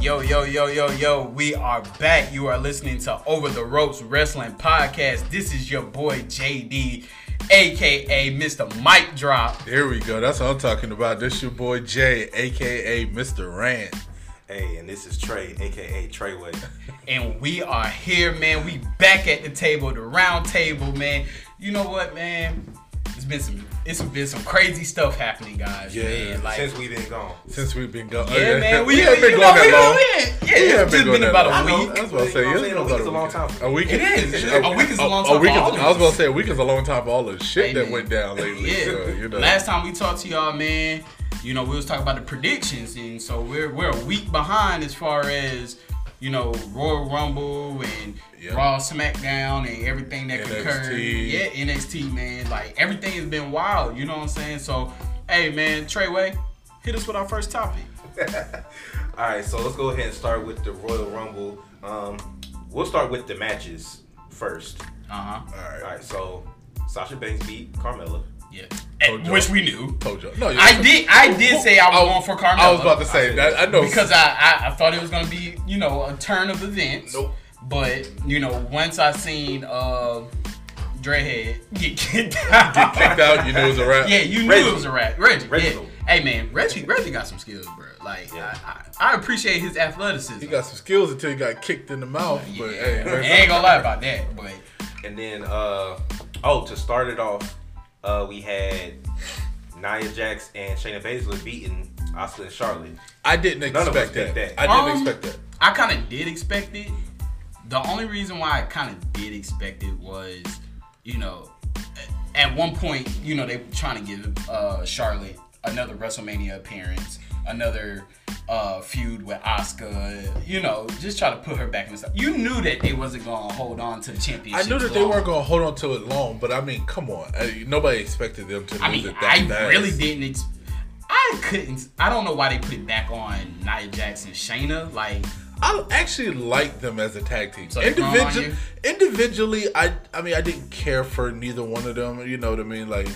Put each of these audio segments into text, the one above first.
yo, yo, yo, yo, yo. We are back. You are listening to Over the Ropes Wrestling Podcast. This is your boy JD, aka Mr. Mike Drop. There we go. That's what I'm talking about. This your boy Jay, aka Mr. Rand. Hey, and this is Trey, aka Treyway. And we are here, man. We back at the table, the round table, man. You know what, man? It's been some it's been some crazy stuff happening, guys. Yeah, oh, man. Like Since we been gone, Since we've been going, Yeah, man. We, haven't you been know, going we, that long. We, yeah, We haven't it's just going been that about long. a week. That's what I'm You know saying. what I'm It's saying? A been week is a about long time for A me. week It is. A week is a long time for week all is, of I was us. gonna say a week is a long time for all the shit that Amen. went down lately. Yeah. So, you know. Last time we talked to y'all, man, you know, we was talking about the predictions, and so we're we're a week behind as far as you know Royal Rumble and Yeah. Raw SmackDown and everything that NXT. concurred. Yeah, NXT, man, like everything has been wild. You know what I'm saying? So, hey, man, Treyway, hit us with our first topic. All right, so let's go ahead and start with the Royal Rumble. Um, we'll start with the matches first. Uh huh. all All right. right, so Sasha Banks beat Carmella. Yeah. Oh, Joe. Which we knew. Told you. No, you I did. I did say I was going for Carmella. I was about to say that. I know because I, I, I thought it was gonna be you know a turn of events. Nope. But you know once I seen uh, Drehead get kicked out, get kicked out. You knew it was a wrap. yeah, you knew Reggie. it was a rat. Reggie, Reginald. yeah. Hey man, Reggie, Reggie got some skills, bro. Like Yeah. I, I, I appreciate his athleticism. He got some skills until he got kicked in the mouth. Yeah, But hey, I ain't gonna lie about that, but And then, uh, oh, to start it off, uh, we had Nia Jax and Shayna Baszler beating Oscar and Charlotte. I didn't None of us expect that. did that. I didn't Um, expect that. I kind of did expect it. The only reason why I kind of did expect it was, you know, at one point, you know, they were trying to give uh, Charlotte another WrestleMania appearance, another uh, feud with Asuka, you know, just try to put her back in the stuff. You knew that they wasn't going to hold on to the I championship. knew that they weren't going to hold on to it long, but I mean, come on. I, nobody expected them to lose I mean, it that I fast. really didn't. Ex- I couldn't. I don't know why they put it back on Nia Jackson, Shayna. Like, I actually like them as a tag team. So they growing on Individually, individually, I I mean, I didn't care for neither one of them. You know what I mean? Like,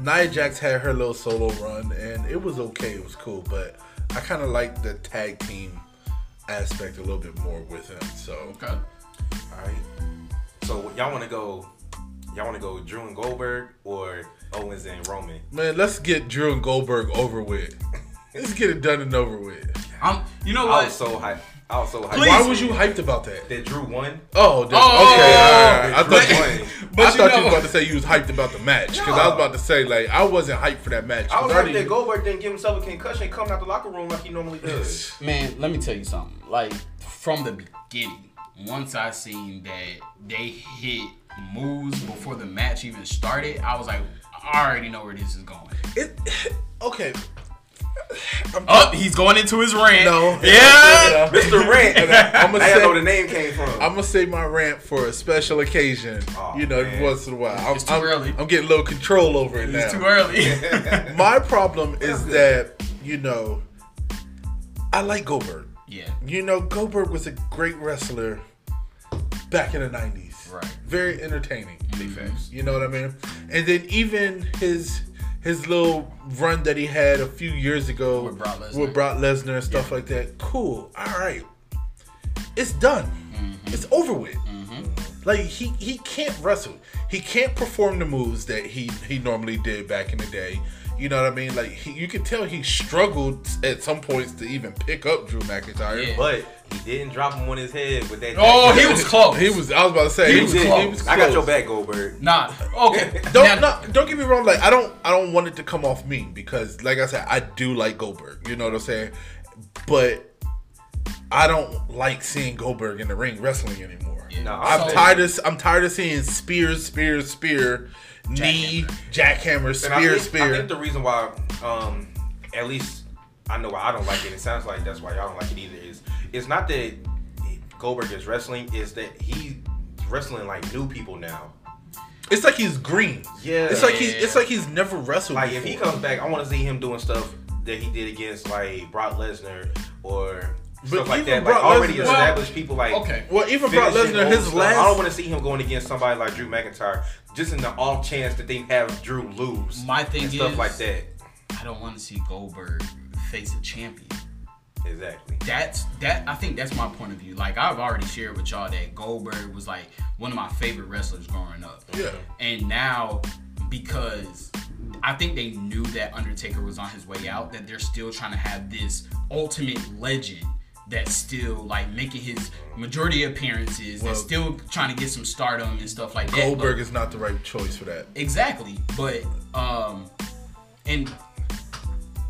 Nia Jax had her little solo run, and it was okay. It was cool, but I kind of like the tag team aspect a little bit more with him. So okay. All right. So y'all want to go? Y'all want to go Drew and Goldberg or Owens and Roman? man, let's get Drew and Goldberg over with. Let's get it done and over with. I'm, you know I what? was so hyped. I was so hyped. Please. Why was you hyped about that? That Drew won. Oh, dude. Oh, okay. all right, all right. I thought. Drew won. But I you thought know- you were about to say you was hyped about the match because I was No. about to say like I wasn't hyped for that match. I 'cause was already- hoping that Goldberg didn't give himself a concussion coming out the locker room like he normally does. Man, let me tell you something. Like from the beginning, once I seen that they hit moves before the match even started, I was like, I already know where this is going. It, okay. Up, Oh, he's going into his rant. No. Yeah. Mr. Rant. I'm I gonna didn't know say the name came from. I'm gonna say my rant for a special occasion. Aw, you know, man. once in a while. I'm, Oh, It's too I'm- early. I'm getting a little control over it It's now. too early. My problem is good. that you know, I like Goldberg. yeah. You know, Goldberg was a great wrestler back in the 90s. Right. Very entertaining. facts. You know what I mean? And then even his his little run that he had a few years ago With Brock Lesnar. with Brock Lesnar and stuff like that. Cool. All right. It's done. Mm-hmm. It's over with. Like he he can't wrestle. He can't perform the moves that he he normally did back in the day. You know what I mean? Like he, you could tell he struggled at some points to even pick up Drew McIntyre. Yeah. But he didn't drop him on his head with that. Oh, he was close. He was. I was about to say He he, was was, close. He was I got your close. back, Goldberg. Nah. Okay. Don't Now- no, don't get me wrong. Like I don't I don't want it to come off mean because like I said I do like Goldberg. You know what I'm saying? But I don't like seeing Goldberg in the ring wrestling anymore. Nah, I'm so- tired of I'm tired of seeing spear spear spear knee jackhammer And I spear think- I spear. think the reason why, um, at least I know why I don't like it. It sounds like that's why y'all don't like it either. Is it's not that Goldberg is wrestling. It's that he's wrestling like new people now. It's like he's green. Yeah. It's like he's Yeah. it's like he's never wrestled. Like if he before. comes back, I want to see him doing stuff that he did against like Brock Lesnar or But stuff like even that. Like Brock already Lesnar- established people like Okay. well even Brock finishing Lesnar old his stuff. I don't last want to see him going against somebody like Drew McIntyre just in the off chance that they have Drew lose. My thing and stuff is- like that. I don't want to see Goldberg face a champion. Exactly. that's that I think that's my point of view. Like I've already shared with y'all that Goldberg was like one of my favorite wrestlers growing up. Yeah. And now because I think they knew that Undertaker was on his way out, that they're still trying to have this ultimate legend that's still like making his majority appearances, Well- that's still trying to get some stardom and stuff like that. Goldberg is not the right choice for that. Exactly. But um and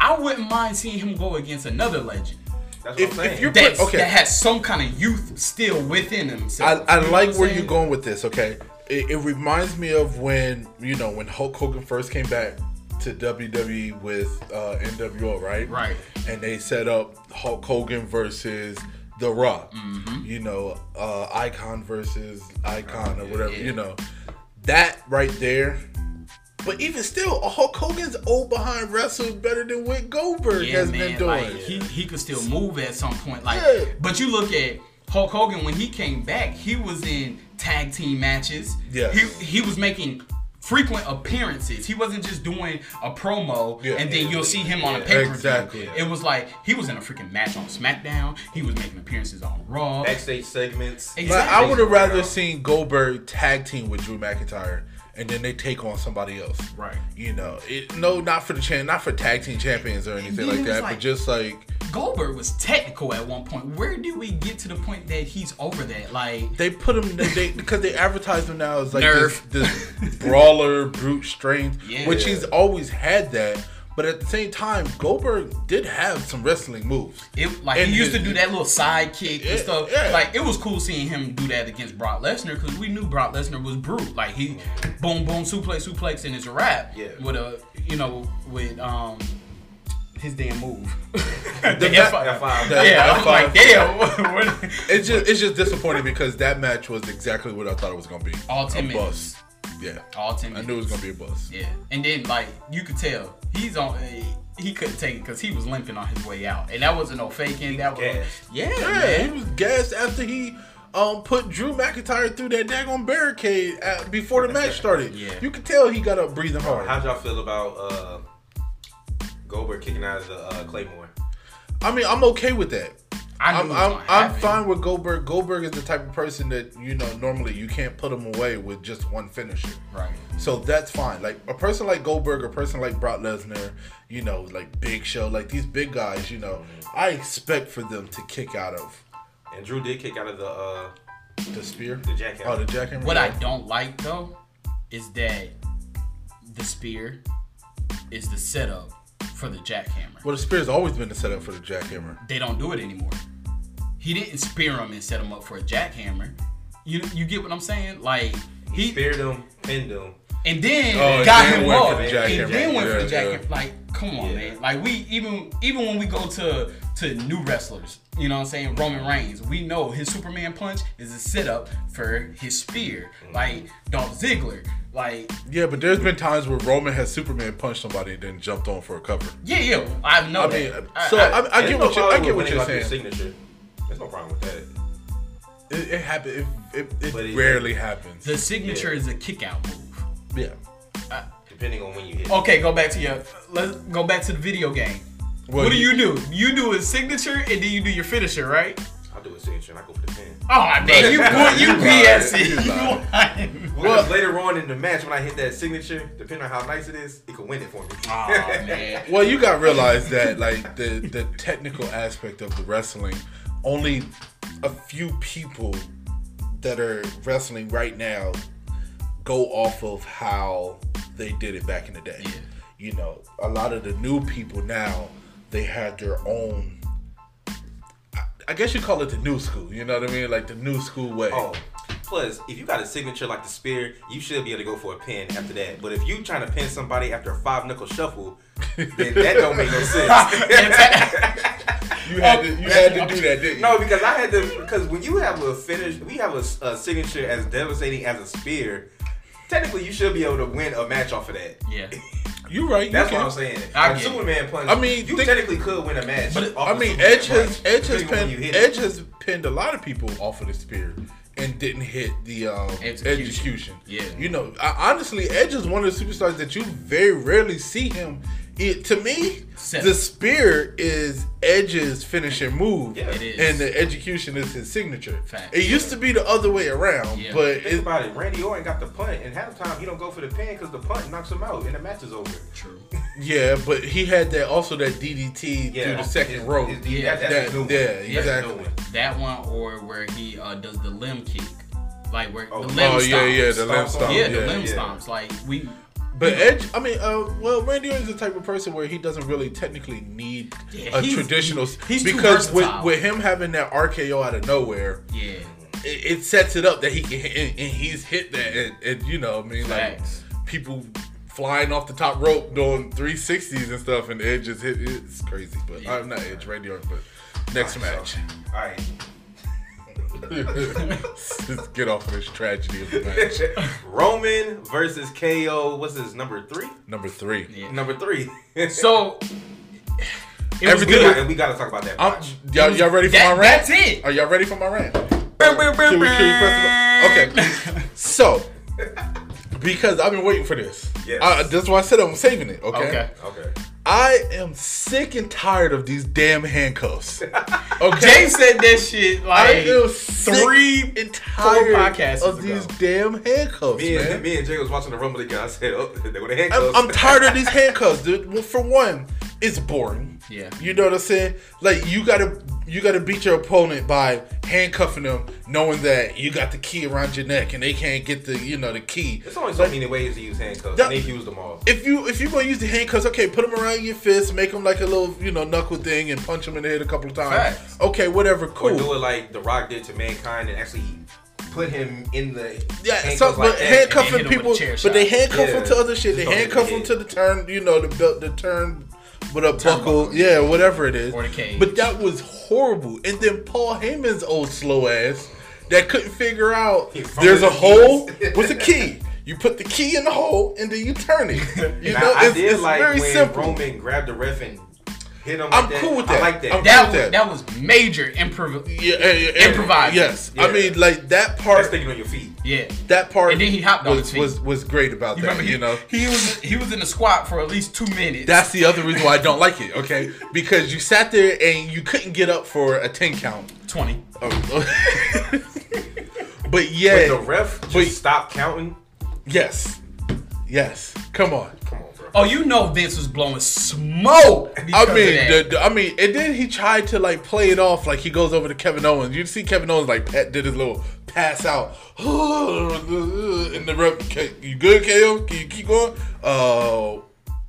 I wouldn't mind seeing him go against another legend That's If- what I'm if saying. you're- that's, Okay. that has some kind of youth still within himself. I, I You know like what I'm where saying? you're going with this. Okay, it, it reminds me of when you know when Hulk Hogan first came back to WWE with uh, NWO, right? Right. And they set up Hulk Hogan versus The Rock. Mm-hmm. You know, uh, Icon versus Icon or whatever. yeah. You know, that right there. But even still, Hulk Hogan's old behind wrestled better than what Goldberg Yeah, has man. been doing. Like he he could still move at some point. Like, Yeah. but you look at Hulk Hogan when he came back, he was in tag team matches. Yes. He he was making frequent appearances. He wasn't just doing a promo Yeah. and then you'll see him on a Yeah, pay per view. exactly. It was like he was in a freaking match on SmackDown. He was making appearances on Raw. Backstage segments. Exactly. Like, I would have rather Yeah. seen Goldberg tag team with Drew McIntyre, and then they take on somebody else. Right. You know, it, no, not for the champ, not for tag team champions or anything then like it's that, like- but just like Goldberg was technical at one point. Where do we get to the point that he's over that? Like they put him they, because they advertise him now as like Nerf. this, this brawler, brute strength, Yeah. which he's always had that. But at the same time, Goldberg did have some wrestling moves. It like And he used his- to do that little side kick Yeah, and stuff. yeah. Like it was cool seeing him do that against Brock Lesnar because we knew Brock Lesnar was brute. Like he boom boom suplex suplex and it's a wrap. Yeah. With a you know with um his damn move. The the ma- F5. F5. The- Yeah, I'm F5. like damn. what- It's just it's just disappointing because that match was exactly what I thought it was gonna be. All 10 a minutes. bust. Yeah. All ten. I knew it was gonna be a bust. Yeah, and then like you could tell he's on. eh, He couldn't take it because he was limping on his way out, and that wasn't no faking. That was gassed. yeah, Yeah, he man. was gassed after he um put Drew McIntyre through that daggone barricade at, before the match started. Yeah. Oh, You could tell he got up breathing hard. How'd y'all feel about uh, Goldberg kicking out of the uh, Claymore? I mean, I'm okay with that. I I'm knew it was I'm, gonna I'm happen. fine with Goldberg. Goldberg is the type of person that you know normally you can't put him away with just one finisher. Right. So that's fine. Like a person like Goldberg, a person like Brock Lesnar, you know, like Big Show, like these big guys, you know, I expect for them to kick out of And Drew did kick out of the uh, the spear, the jackhammer. oh the jackhammer. What I yeah. don't like though is that the spear is the setup for the jackhammer. Well, the spear's always been the setup for the jackhammer. They don't do it anymore. He didn't spear him and set him up for a jackhammer. You you get what I'm saying? Like he Speared him, pinned him. and then Oh, and got then him went up, for the jackhammer. and then went for the Yeah, jacket. Like, come on, Yeah. man. Like we even even when we go to to new wrestlers, you know what I'm saying? Roman Reigns, we know his Superman punch is a sit up for his spear. Mm-hmm. Like Dolph Ziggler, like Yeah, but there's been times where Roman has Superman punched somebody and then jumped on for a cover. yeah, yeah, I know I mean, that. I- so I- I, I, There's get no what you I problem get when what they you're got their saying. Signature. There's no problem with that. It, it happen. It, it, But it it- rarely happens. the signature Yeah. is a kick out move. yeah. Depending on when you Oh. hit. Okay, go back to your let's go back to the video game. Well, what do you do? You do his signature and then you do your finisher, right? I'll do a signature and I go for the pin. Oh man, you you BS it. You You lying. lying. Because later on in the match, when I hit that signature, depending on how nice it is, it could win it for me. Ah. Oh man. Well, you got to realize that like the the technical aspect of the wrestling, only a few people that are wrestling right now go off of how they did it back in the day. Yeah. You know, a lot of the new people now they have their own. I- I guess you call it the new school. You know what I mean? Like the new school way. Oh, plus, if you got a signature like the spear, you should be able to go for a pin after that. But if you trying to pin somebody after a five knuckle shuffle, then that don't make no sense. You had to you had to do that, didn't you? no, because I had to. Because when you have a finish, we have a, a signature as devastating as a spear. Technically, you should be able to win a match off of that. Yeah. you right. you That's can. what I'm saying. I Like get it. Superman punch. I mean, you think- technically could win a match. But it- off I a mean, Superman Edge has punch, Edge has depending on when you pinned hit Edge it. has pinned a lot of people off of the spear and didn't hit the um, Execution. execution. Yeah. you know, I, honestly, Edge is one of the superstars that you very rarely see him it, to me, Seven. the spear is Edge's finishing move, Yeah. It is. and the execution is his signature. Fact. It used to be the other way around, Yeah. but Think it, about it. Randy Orton got the punt, and halftime he don't go for the pin because the punt knocks him out, and the match is over. True. yeah, but he had that also that DDT through the second it's- row. it's- yeah, Yeah. that's That- a new one. yeah, That's a new exactly. one. That one or where he uh, does the limb kick, like where Oh, the limb oh stomps. yeah, yeah, the Stomps limb on- stomp. yeah, the yeah. limb yeah. stomps. Like we, But Edge, I mean, uh, well, Randy Orton's the type of person where he doesn't really technically need Yeah, a he's- traditional s- he's too because with, versatile. with him having that RKO out of nowhere, yeah, it, it sets it up that he can and, and he's hit that and, and you know, I mean, Facts. like people flying off the top rope doing 360s and stuff, and Edge is hit. It's crazy, but Yeah. I'm not Edge, Randy Orton. But next match, So, all right. let's get off of this tragedy of the match. Roman versus KO. What's his number three? Number three. yeah. Number three. So it was Everything- we, good. got, we got to talk about that. I'm, match. y'all, y'all ready for That- my rant? that's it. Are y'all ready for my rant? Can we- can we press the bu- Okay. So, because I've been waiting for this. Yes. I, that's why I said I'm saving it. Okay. Okay. okay. I am sick and tired of these damn handcuffs. Okay. Jay said that shit I like am three three. and tired podcasts of ago. these damn handcuffs, Me and, man. me and Jay was watching the Rumble together. I said, oh, they were the I'm, handcuffs. I'm tired of these handcuffs, dude. Well, for one, it's boring. Yeah. You know what I'm saying? Like you gotta you gotta beat your opponent by handcuffing them, knowing that you got the key around your neck and they can't get the you know the key. There's only so many ways to use handcuffs. That- They've used them all. If you if you gonna use the handcuffs, okay, put them around your fist, make them like a little you know knuckle thing, and punch them in the head a couple of times. Facts. Okay, whatever, Or do cool. it like The Rock did to Mankind and actually put him in the Yeah, handcuffs so but that. and handcuffing then hit 'em people, with a chair but they shot. handcuff Yeah. them to other shit. They Just don't hit handcuff the them head. to the turn, you know, the belt, the turn with a buckle, Turnbuckle, yeah, whatever it is. Or the cage. But that was horrible. And then Paul Heyman's old slow ass that couldn't figure out fumbled there's a the hole keys. with a key. You put the key in the hole and then you turn it. You Now, know, I it's, did it's like very when simple. Roman grabbed the ref and hit him. I'm like cool with I that. like that. I'm- That That. was, that was major improv. yeah, yeah, yeah, Improvise. Yes, I Yeah. mean like that part. That's thinking on your feet. Yeah. that part And then he hopped on was, his feet. was was great about You that. remember he, you know, he was he was in the squat for at least two minutes. That's the other reason why I don't like it, okay? Because you sat there and you couldn't get up for a 10 count. twenty. Oh. but But yeah, the ref just But- stopped counting. yes. Yes. Come on. Come on, bro. Oh, you know Vince was blowing smoke. I because of mean, that. the, the- I mean, and then he tried to like play it off like he goes over to Kevin Owens. You see Kevin Owens like pat, did his little pass out, and the rep, "K- you good, KO? Can you keep going? Uh,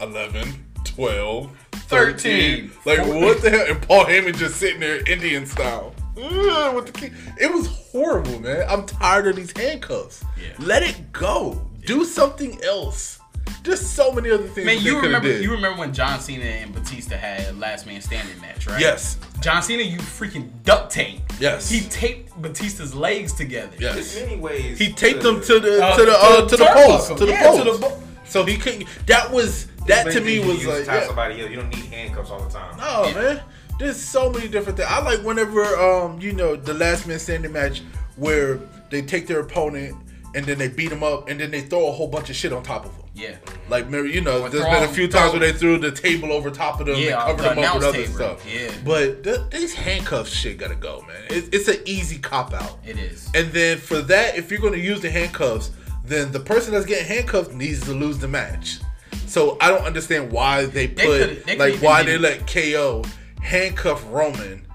11, 12, 13. 13. Like what the hell? And Paul Heyman just sitting there Indian style. Ugh, With the key. It was horrible, man. I'm tired of these handcuffs. Yeah. Let it go. Do something else. There's so many other things. Man, that you they coulda remember did. you remember when John Cena and Batista had a last man standing match, right? Yes. John Cena, you freaking duct tape. Yes. He taped Batista's legs together. Yes. There's many ways. He taped them to the Uh, to the uh, to the turnbuckle. post to the Yeah, post. to the bo- so he couldn't. That was that to me You was use like, tie yeah. somebody else. You don't need handcuffs all the time. oh Yeah. man, there's so many different things. I like whenever um you know the last man standing match where they take their opponent and then they beat him up and then they throw a whole bunch of shit on top of him. Yeah. Like maybe you know, Or there's throw been a them- few throw- times where they threw the table over top of them Yeah, and the covered them up with announce other table, stuff. yeah. But th- these handcuff shit gotta go, man. It's, it's an easy cop out. It is. And then for that, if you're going to use the handcuffs, then the person that's getting handcuffed needs to lose the match. So I don't understand why they put could've- they like could've why they even let KO handcuff Roman,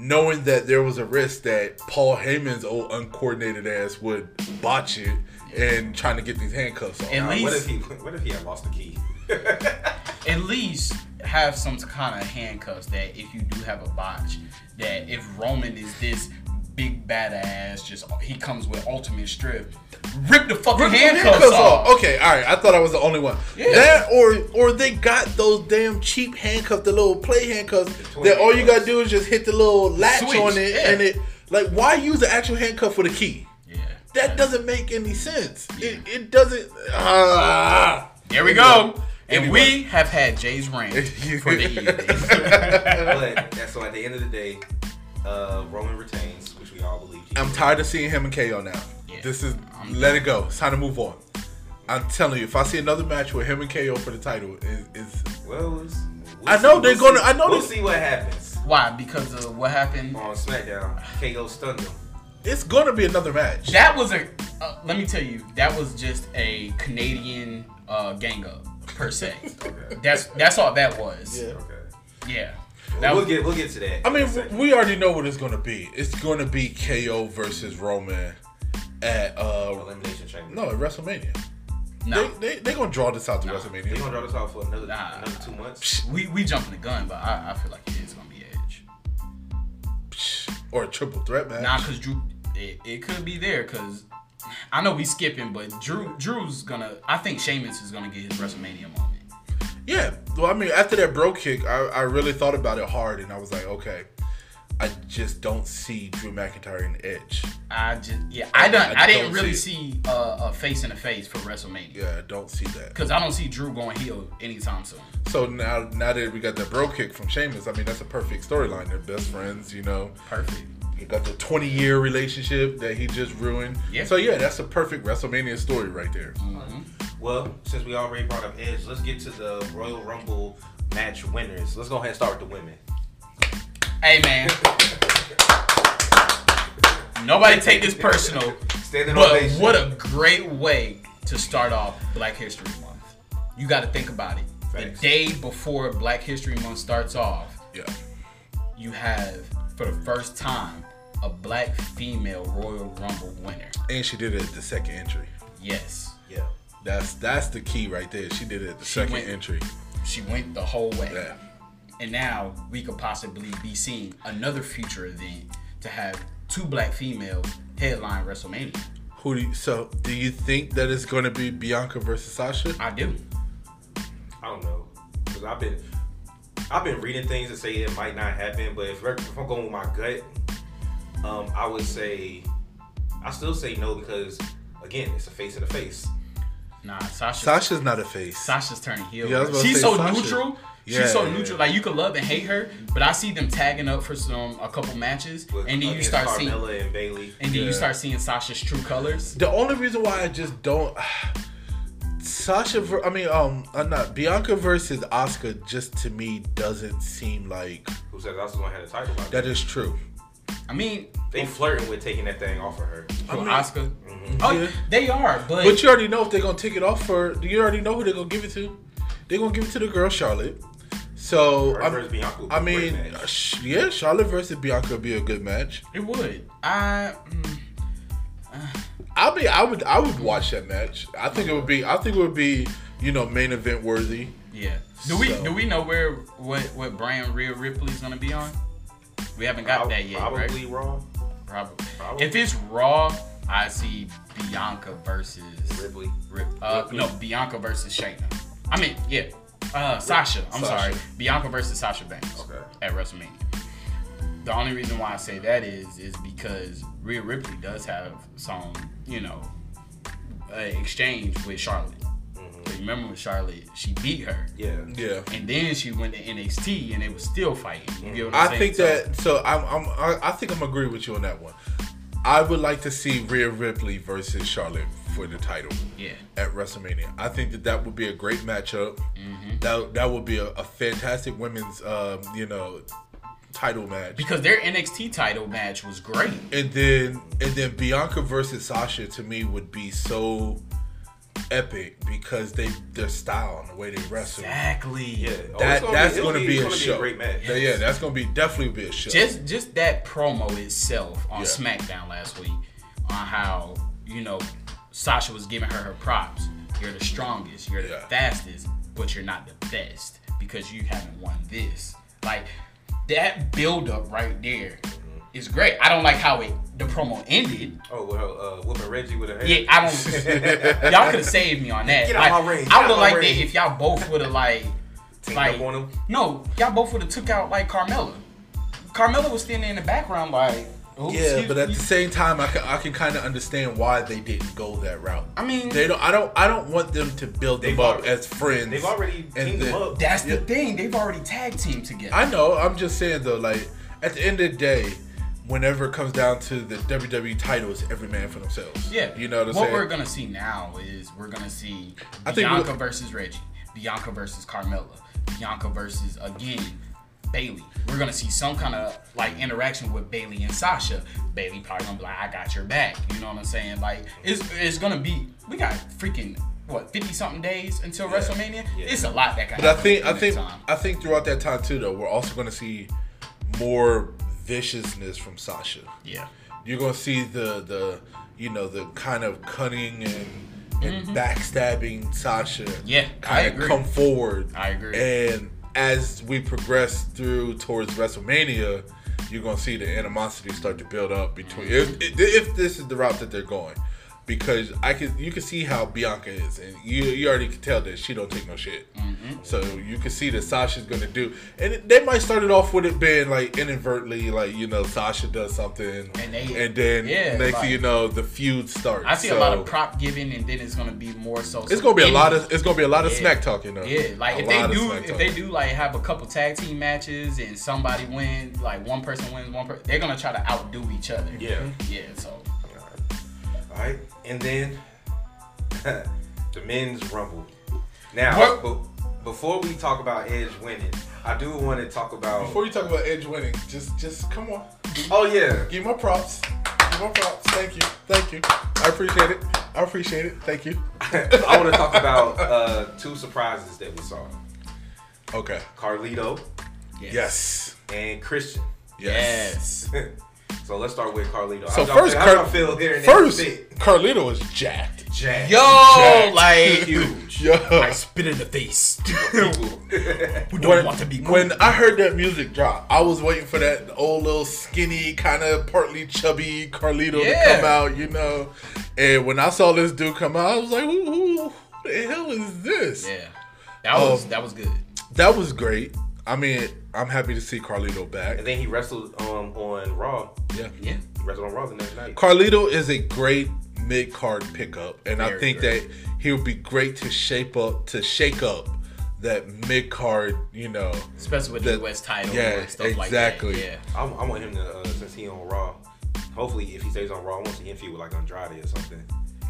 knowing that there was a risk that Paul Heyman's old uncoordinated ass would botch it and trying to get these handcuffs on. At Now, what if least he? What if he had lost the key? at least have some kind of handcuffs that if you do have a botch, that if Roman is this big badass, just he comes with ultimate strip, rip the fucking handcuffs, Handcuffs off. off. Okay, all right. I thought I was the only one. Yeah. That or or they got those damn cheap handcuffs, the little play handcuffs. toy That all you gotta handcuffs. do is just hit the little latch Switch, on it, yeah. and it like why use the actual handcuff with a key? Yeah. That doesn't make any sense. It, it doesn't. Ah. There we go. And Anyway. we have had Jay's reign for the evening. but yeah, so at the end of the day, uh, Roman retains, which we all believe. he I'm did. tired of seeing him and KO now. Yeah. This is I'm let it go. It's time to move on. I'm telling you, if I see another match with him and KO for the title, is is Well, it's, we'll I know see- they're we'll gonna- see- I know We'll they- see what happens Why? Because of what happened. on SmackDown. KO stunned him. It's gonna be another match. That was a. Uh, let me tell you, that was just a Canadian uh, gang up per se. Okay. that's that's all that was. Yeah. Okay. Yeah. That We'll was, get we'll get to that. I in mean, a second. we already know what it's gonna be. It's gonna be KO versus Roman at uh elimination chamber. no at WrestleMania. no. They they they gonna draw this out to No. They gonna WrestleMania. draw this out for another Nah. another two months. We we jumping the gun, but I, I feel like it is gonna be Edge. Psh, Or a triple threat match. Nah, cause Drew, it, it could be there, cause I know we skipping, but Drew Drew's gonna. I think Sheamus is gonna get his WrestleMania moment. Yeah. Well, I mean, after that bro kick, I, I really thought about it hard, and I was like, okay, I just don't see Drew McIntyre and Edge. I just yeah, I don't. I I, didn't don't really see see uh, a face in the face for WrestleMania. Yeah, I don't see that. Cause I don't see Drew going heel anytime soon. So now, now that we got that bro kick from Sheamus, I mean, that's a perfect storyline. They're best friends, you know. Perfect. He got the 20 year relationship that he just ruined. Yeah. So yeah, that's a perfect WrestleMania story right there. Well, since we already brought up Edge, let's get to the Royal Rumble match winners. Let's go ahead and start with the women. Hey man, nobody take this personal, Standing but ovation. what a great way to start off Black History Month. You got to think about it. Facts. The day before Black History Month starts off, Yeah. you have for the first time a black female Royal Rumble winner. And she did it at the second entry. Yes, Yeah. That's that's the key right there. She did it at the second went- entry. she went the whole way. Yeah. And now we could possibly be seeing another future event to have two black females headline WrestleMania. Who do you, so do you think that it's going to be Bianca versus Sasha? I do. I don't know. Cause I've been I've been reading things that say it might not happen, but if, if I'm going with my gut, um, I would say I still say no because again, it's a face in the face. Nah, Sasha. Sasha's not a face. Sasha's turning heel. Yeah, I was about to She's say so Sasha. neutral. Yeah, She's so yeah. neutral. Like you could love and hate her, but I see them tagging up for some a couple matches, With and then you against start Carmella seeing, and Bailey. and then Yeah. you start seeing Sasha's true colors. The only reason why I just don't Sasha, ver- I mean, um, I'm not Bianca versus Oscar. Just to me, doesn't seem like Who says I was gonna have the title? by that is true. I mean, They flirting with taking that thing off of her. for mean- Oscar. mm-hmm. Oh, Yeah. they are, but, But you already know if they're gonna take it off for. You already know who they're gonna give it to. They're gonna give it to the girl Charlotte. So Her I'm- versus Bianca would be I a great mean, uh, match. sh- yeah, Charlotte versus Bianca would be a good match. it would. I mm, I mean, I would, I would watch that match. I think it would be, I think it would be, you know, main event worthy. yeah. Do we So- do we know where what what brand Rhea Ripley's gonna be on? We haven't got Prob- that yet, Probably right? wrong. Probably. Probably. If it's Raw, I see Bianca versus Ripley. Rip, uh, no, Bianca versus Shayna. I mean, yeah, uh, Sasha. I'm Sasha. sorry, Bianca versus Sasha Banks Okay. at WrestleMania. The only reason why I say that is is because Rhea Ripley does have some, you know, uh, exchange with Charlotte. Mm-hmm. 'Cause Remember with Charlotte, she beat her, Yeah. Yeah. and then she went to NXT, and they were still fighting. You get what I'm I saying? think So- that so I'm, I'm I- I think I'm agree with you on that one. I would like to see Rhea Ripley versus Charlotte for the title yeah, at WrestleMania. I think that that would be a great matchup. Mm-hmm. That that would be a, a fantastic women's um, you know title match. because their NXT title match was great. and then and then Bianca versus Sasha to me would be so epic because they their style and the way they wrestle. Exactly. Yeah. Oh, it's That, gonna that's it'll going to be, a it's show. great match. Yeah, Yeah, that's going to be definitely be a show. just just that promo itself on Yeah. SmackDown last week on how you know Sasha was giving her her props. You're the strongest. You're the Yeah. fastest, but you're not the best because you haven't won this. Like that build up right there Mm-hmm. is great. I don't like how it the promo ended. Oh well, uh, whooping Reggie with a hand. Yeah, I don't. y'all could have saved me on that. Get out like, my ring, get I out would have my liked ring. it if y'all both would have like, Teamed like, up on him. no, y'all both would have took out like Carmella. Carmella was standing in the background like, oh, Yeah, excuse but at me. the same time, I can I can kind of understand why they didn't go that route. I mean- they don't. I don't. I don't want them to build them They've up already- as friends. They've already and teamed then- them up. that's the Yeah. thing. They've already tag teamed together. I know. I'm just saying though. Like at the end of the day, whenever it comes down to the WWE title, it's every man for themselves. yeah, you know what I'm what saying. we're gonna see now is we're gonna see I think Bianca we'll- versus Reggie, Bianca versus Carmella, Bianca versus again Bailey. We're gonna see some kind of like interaction with Bailey and Sasha. Bailey probably gonna be like, "I got your back." You know what I'm saying? Like, it's it's gonna be. We got freaking what 50 something days until WrestleMania. Yeah. It's a lot that can. But I happen think I in that think time. I think throughout that time too, though, we're also going to see more viciousness from Sasha. yeah. You're going to see the the you know the kind of cunning and and backstabbing Sasha. Mm-hmm. Yeah, I kind agree. of come forward. I agree. And as we progress through towards WrestleMania, you're going to see the animosity start to build up between if, Mm-hmm. if, if this is the route that they're going. Because I can, you can see how Bianca is, and you you already can tell that she don't take no shit. Mm-hmm. So you can see that Sasha's gonna do, and it- they might start it off with it being like inadvertently, like you know Sasha does something, And they- then yeah, next like- thing you know the feud starts. I see a So lot of prop giving, and then it's gonna be more so. It's gonna be a some lot of it's gonna be a lot of Yeah. smack talking though. Yeah, like A if lot they of do, smack if they talking. do, like have a couple tag team matches and somebody wins, like one person wins, one person, they're gonna try to outdo each other. Yeah. yeah. So All right, and then the men's rumble. Now, What- be- before we talk about Edge winning, I do want to talk about. Before you talk about Edge winning, just just come on, oh yeah, give my props, give my props. Thank you, thank you. I appreciate it. I appreciate it. Thank you. I want to talk about uh, two surprises that we saw: Okay. Carlito Yes. and Christian. Yes. so let's start with Carlito. So y'all first, feel, how y'all Car- feel here in first, that fit? Carlito was jacked. Jack. Yo, Jacked. like huge. Yo. spit in the face. People. We when, when I heard that music drop, I was waiting for that old little skinny, kind of partly chubby Carlito Yeah. to come out, you know. And when I saw this dude come out, I was like, who, who, who the hell is this? Yeah, that was Um, that was good. That was great. I mean, I'm happy to see Carlito back. and then he wrestled um, on Raw. Yeah. Yeah, He wrestled on Raw the next night. Carlito is a great mid card pickup, and I Very think great. that he would be great to shape up to shake up that mid card, you know. especially with The- the US title yeah, and stuff like exactly. that. Yeah, I, I want him to uh, since he on Raw. Hopefully, if he stays on Raw, I want to see him feud with like Andrade or something.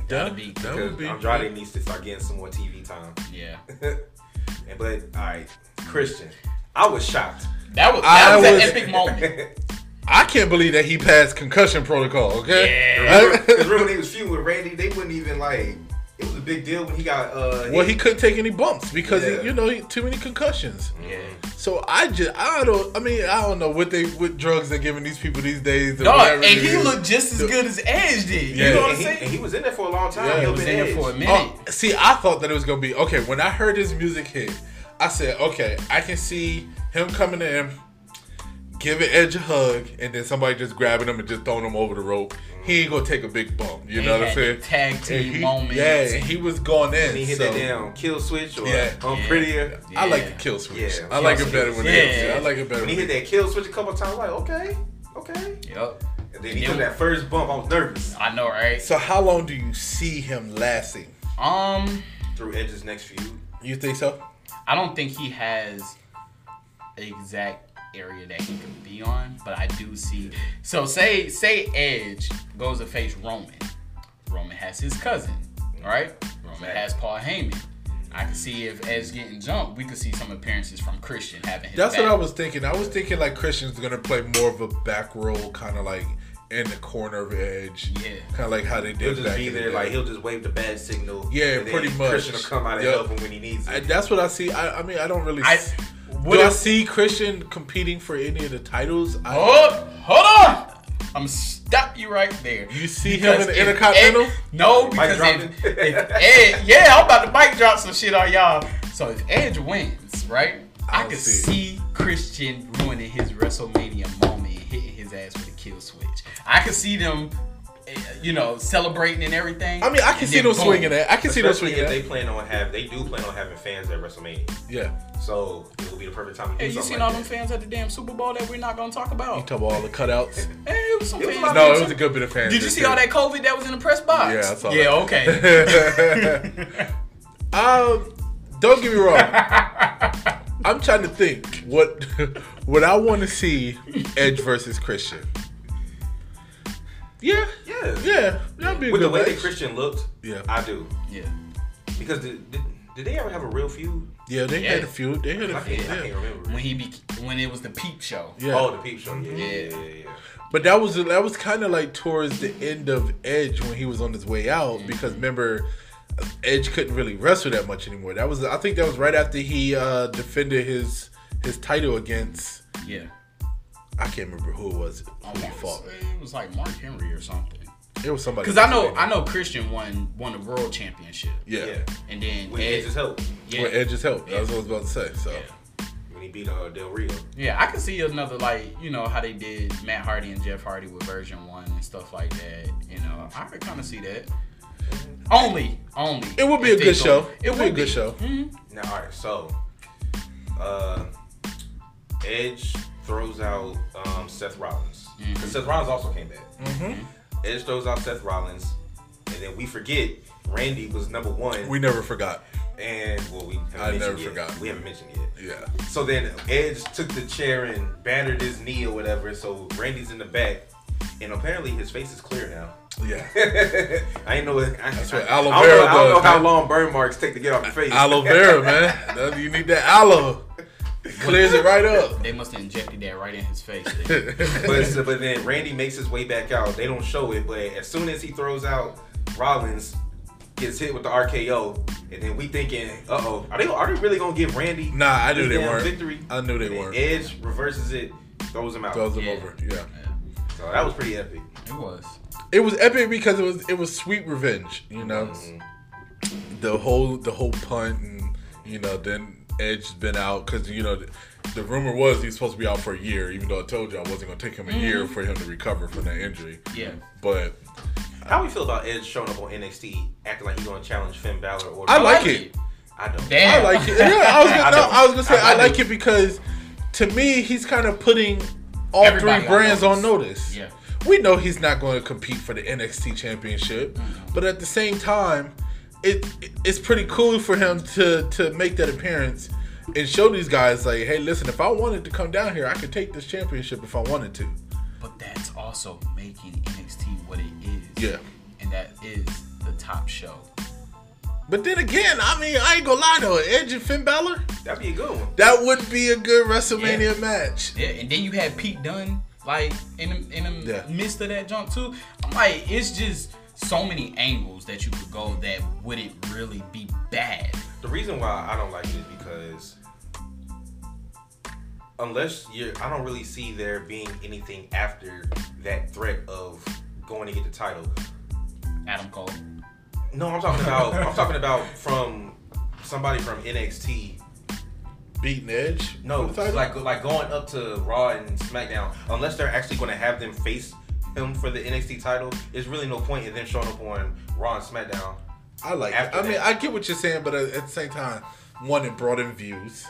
That'd be- that Because would be Andrade needs to start getting some more TV time. yeah. And but all right, Christian, I was shocked. That was that I was, was- an epic moment. I can't believe that he passed concussion protocol. Okay. Yeah. Because remember when he was feuding with Randy, they wouldn't even like. It was a big deal when he got. uh well, he hit. couldn't take any bumps because Yeah. he, you know he, too many concussions. Yeah. So I just I don't I mean I don't know what they what drugs they're giving these people these days. or Dog, whatever and it he is. looked just as good as Edge did. Yeah. You know what I'm and he, and saying? he was in there for a long time. Yeah, he he He was was in there for a minute. Oh, see, I thought that it was gonna be okay. When I heard his music hit, I said, okay, I can see him coming in, giving Edge a hug, and then somebody just grabbing him and just throwing him over the rope. He ain't gonna take a big bump. You They know what I'm had saying? the tag And team he- moment. Yeah, and he was going in. And he hit so- that damn kill switch or Yeah. I'm Yeah. prettier. I like Yeah. the kill switch. Yeah, I like kill it better when switch. it is. Yeah. I like it better When he hit that kill switch a couple times, I'm like okay, okay. Yep. And then he took that first bump. I was nervous I know, right? So how long do you see him lasting? Um, through Edge's next feud. You think so? I don't think he has an exact area that he can be on, but I do see. So say say Edge goes to face Roman. Roman has his cousin, right? Roman has Paul Heyman. I can see if Edge getting jumped, we could see some appearances from Christian having his. That's back. what I was thinking. I was thinking like Christian's gonna play more of a back role, kind of like in the corner of edge. Yeah. Kind of like how they did. He'll just back be in the there, day. like he'll just wave the bad signal. Yeah, and then pretty much. Christian will come out and Yup. help him when he needs I, it. that's what I see. I, I mean, I don't really. I- s- would do I it- see Christian competing for any of the titles? I, Hold, hold on. I'm stop you right there. You see him Because in the if Intercontinental? Ed- no, because drop if, it. if Ed, yeah, I'm about to mic drop some shit on y'all. So if Edge wins, right, I, I'll can see. see Christian ruining his WrestleMania moment, and hitting his ass with a kill switch. I can see them, eh, you know, celebrating and everything. I mean, I can and see then them boom. swinging that. I can see them Especially swinging if they that. plan on have, they do plan on having fans at WrestleMania, Yeah. so it will be the perfect time to do Hey, you something seen like all them that. fans at the damn Super Bowl that we're not gonna talk You about? talk about all the cutouts. Hey, it was some It was fans. my- No, it was a good bit of fans. Did you there, see too. all that COVID that was in the press box? Yeah, I saw Yeah, that. okay. um, don't get me wrong. I'm trying to think what what I want to see Edge versus Christian. Yeah, Yeah. yeah, that'd be a With the good way match. that Christian looked, Yeah. I do Yeah. because did, did, did they ever have a real feud? Yeah, they Yeah. had a few. They had I a can't, few. I can't Yeah. remember. when he be when it was the peep show. yeah. Oh, the peep show. Yeah, yeah, Yeah. yeah. yeah, yeah. But that was that was kind of like towards the end of Edge when he was on his way out Mm-hmm. because remember, Edge couldn't really wrestle that much anymore. That was I think that was right after he uh, defended his his title against Yeah, I can't remember who it was I who he wanna fought. say it was like Mark Henry or something. It was somebody. Because I know I know Christian won won the world championship. Yeah. yeah. and then When Ed- he his help. yeah, With Edge's help. That's what I was about to say. So. yeah. When he beat uh, Del Rio. Yeah, I can see another like you know how they did Matt Hardy and Jeff Hardy with version one and stuff like that. You know, I could kind of see that. Only, only. It would be if a they good go- Hmm? show. It would be a would good show. Now, all right, so uh, Edge throws out um, Seth Rollins 'Cause Seth Rollins also came back. Mm-hmm. Edge throws out Seth Rollins, and then we forget Randy was number one. We never forgot. and well, we haven't I mentioned never yet. forgot. We haven't mentioned yet. Yeah. So then Edge took the chair and battered his knee or whatever. So Randy's in the back, and apparently his face is clear now. Yeah. I ain't know. What, I, That's what I- I don't aloe know- vera I don't know does, how man. long burn marks take to get off your face. aloe vera, man. That- You need that aloe. It clears it right up. They must have injected that right in his face. but so- but then Randy makes his way back out. They don't show it, but as soon as he throws out Rollins, gets hit with the RKO, and then we thinking, uh oh, are they are they really gonna give Randy? Nah, I knew this they damn weren't. Victory. I knew they And then weren't. Edge reverses it, throws him out. Throws them Yeah. over. Yeah. Yeah, so that was pretty epic. it was. It was epic because it was it was sweet revenge. You know, the whole the whole punt and you know then Edge's been out because you know. The, the rumor was he's supposed to be out for a year, even though I told you I wasn't gonna take him a year for him to recover from that injury. Yeah. But How we feel about Edge showing up on NXT acting like he's gonna challenge Finn Balor or I like like it. it. I don't. Damn. I like it. Yeah, I was gonna, I no, don't. I was gonna say I, I- I like do. it because to me he's kind of putting all Everybody three on brands on notice. notice. Yeah. we know he's not going to compete for the NXT championship, but at the same time, it it's pretty cool for him to to make that appearance and show these guys like, hey, listen, if I wanted to come down here, I could take this championship if I wanted to. But that's also making NXT what it is. Yeah. And that is the top show. But then again, I mean, I ain't gonna lie though, Edge and Finn Balor, That'd be a good one. that would be a good WrestleMania match. Yeah, and then you had Pete Dunne like in the, in the Yeah. midst of that jump too. I'm like, it's just so many angles that you could go that wouldn't really be bad. The reason why I don't like it is because unless you're, I don't really see there being anything after that threat of going to get the title. Adam Cole. No, I'm talking about, I'm talking about from somebody from NXT. Beating Edge? No, For the title? like like going up to Raw and SmackDown. Unless they're actually going to have them face him for the NXT title, there's really no point in them showing up on Raw and SmackDown. I like. It. After I mean, that. I get what you're saying, but at, at the same time, one it brought in views.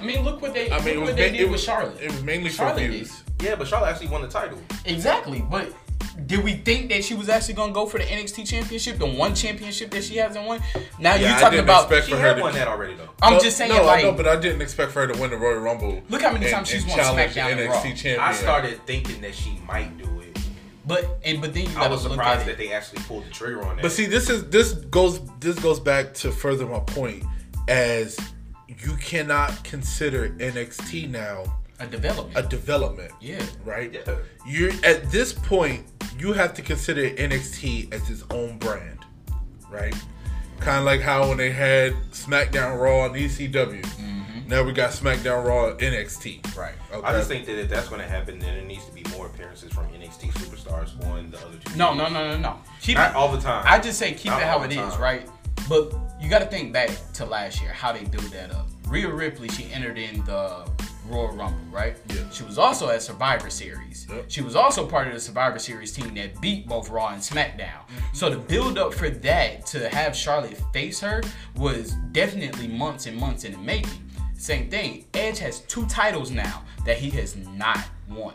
I mean, look what they I mean, look it was what they ma- did it with was- Charlotte. It was mainly Charlotte for did. views. Yeah, but Charlotte actually won the title. Exactly, but did we think that she was actually gonna go for the NXT championship, the one championship that she hasn't won? Now Yeah, you're I talking didn't about. expect She for her had to. won that already though. I'm No, just saying, no, like, I know, but I didn't expect for her to win the Royal Rumble. Look how many times she's won challenge the SmackDown and NXT Raw. champion. I started thinking that she might do it. but and but then you I gotta was look surprised at it. that they actually pulled the trigger on that. But see, this is this goes this goes back to further my point as you cannot consider NXT now a development. a development. yeah, Right. Yeah. You're at this point. You have to consider NXT as its own brand, right? Kind of like how when they had SmackDown Raw and ECW. Now we got SmackDown Raw and NXT. Mm-hmm. right. Okay. I just think that if that's going to happen, then it needs to be more appearances from NXT superstars on the other two. No, no, no, no, no. Keep not it. all the time. I just say keep Not it how all it the is, time. right? But you got to think back to last year, how they built that up. Rhea Ripley, she entered in the Royal Rumble, right? Yeah. She was also at Survivor Series. Yep. She was also part of the Survivor Series team that beat both Raw and SmackDown. Mm-hmm. So the build up for that to have Charlotte face her was definitely months and months in the making. Same thing. Edge has two titles now that he has not won.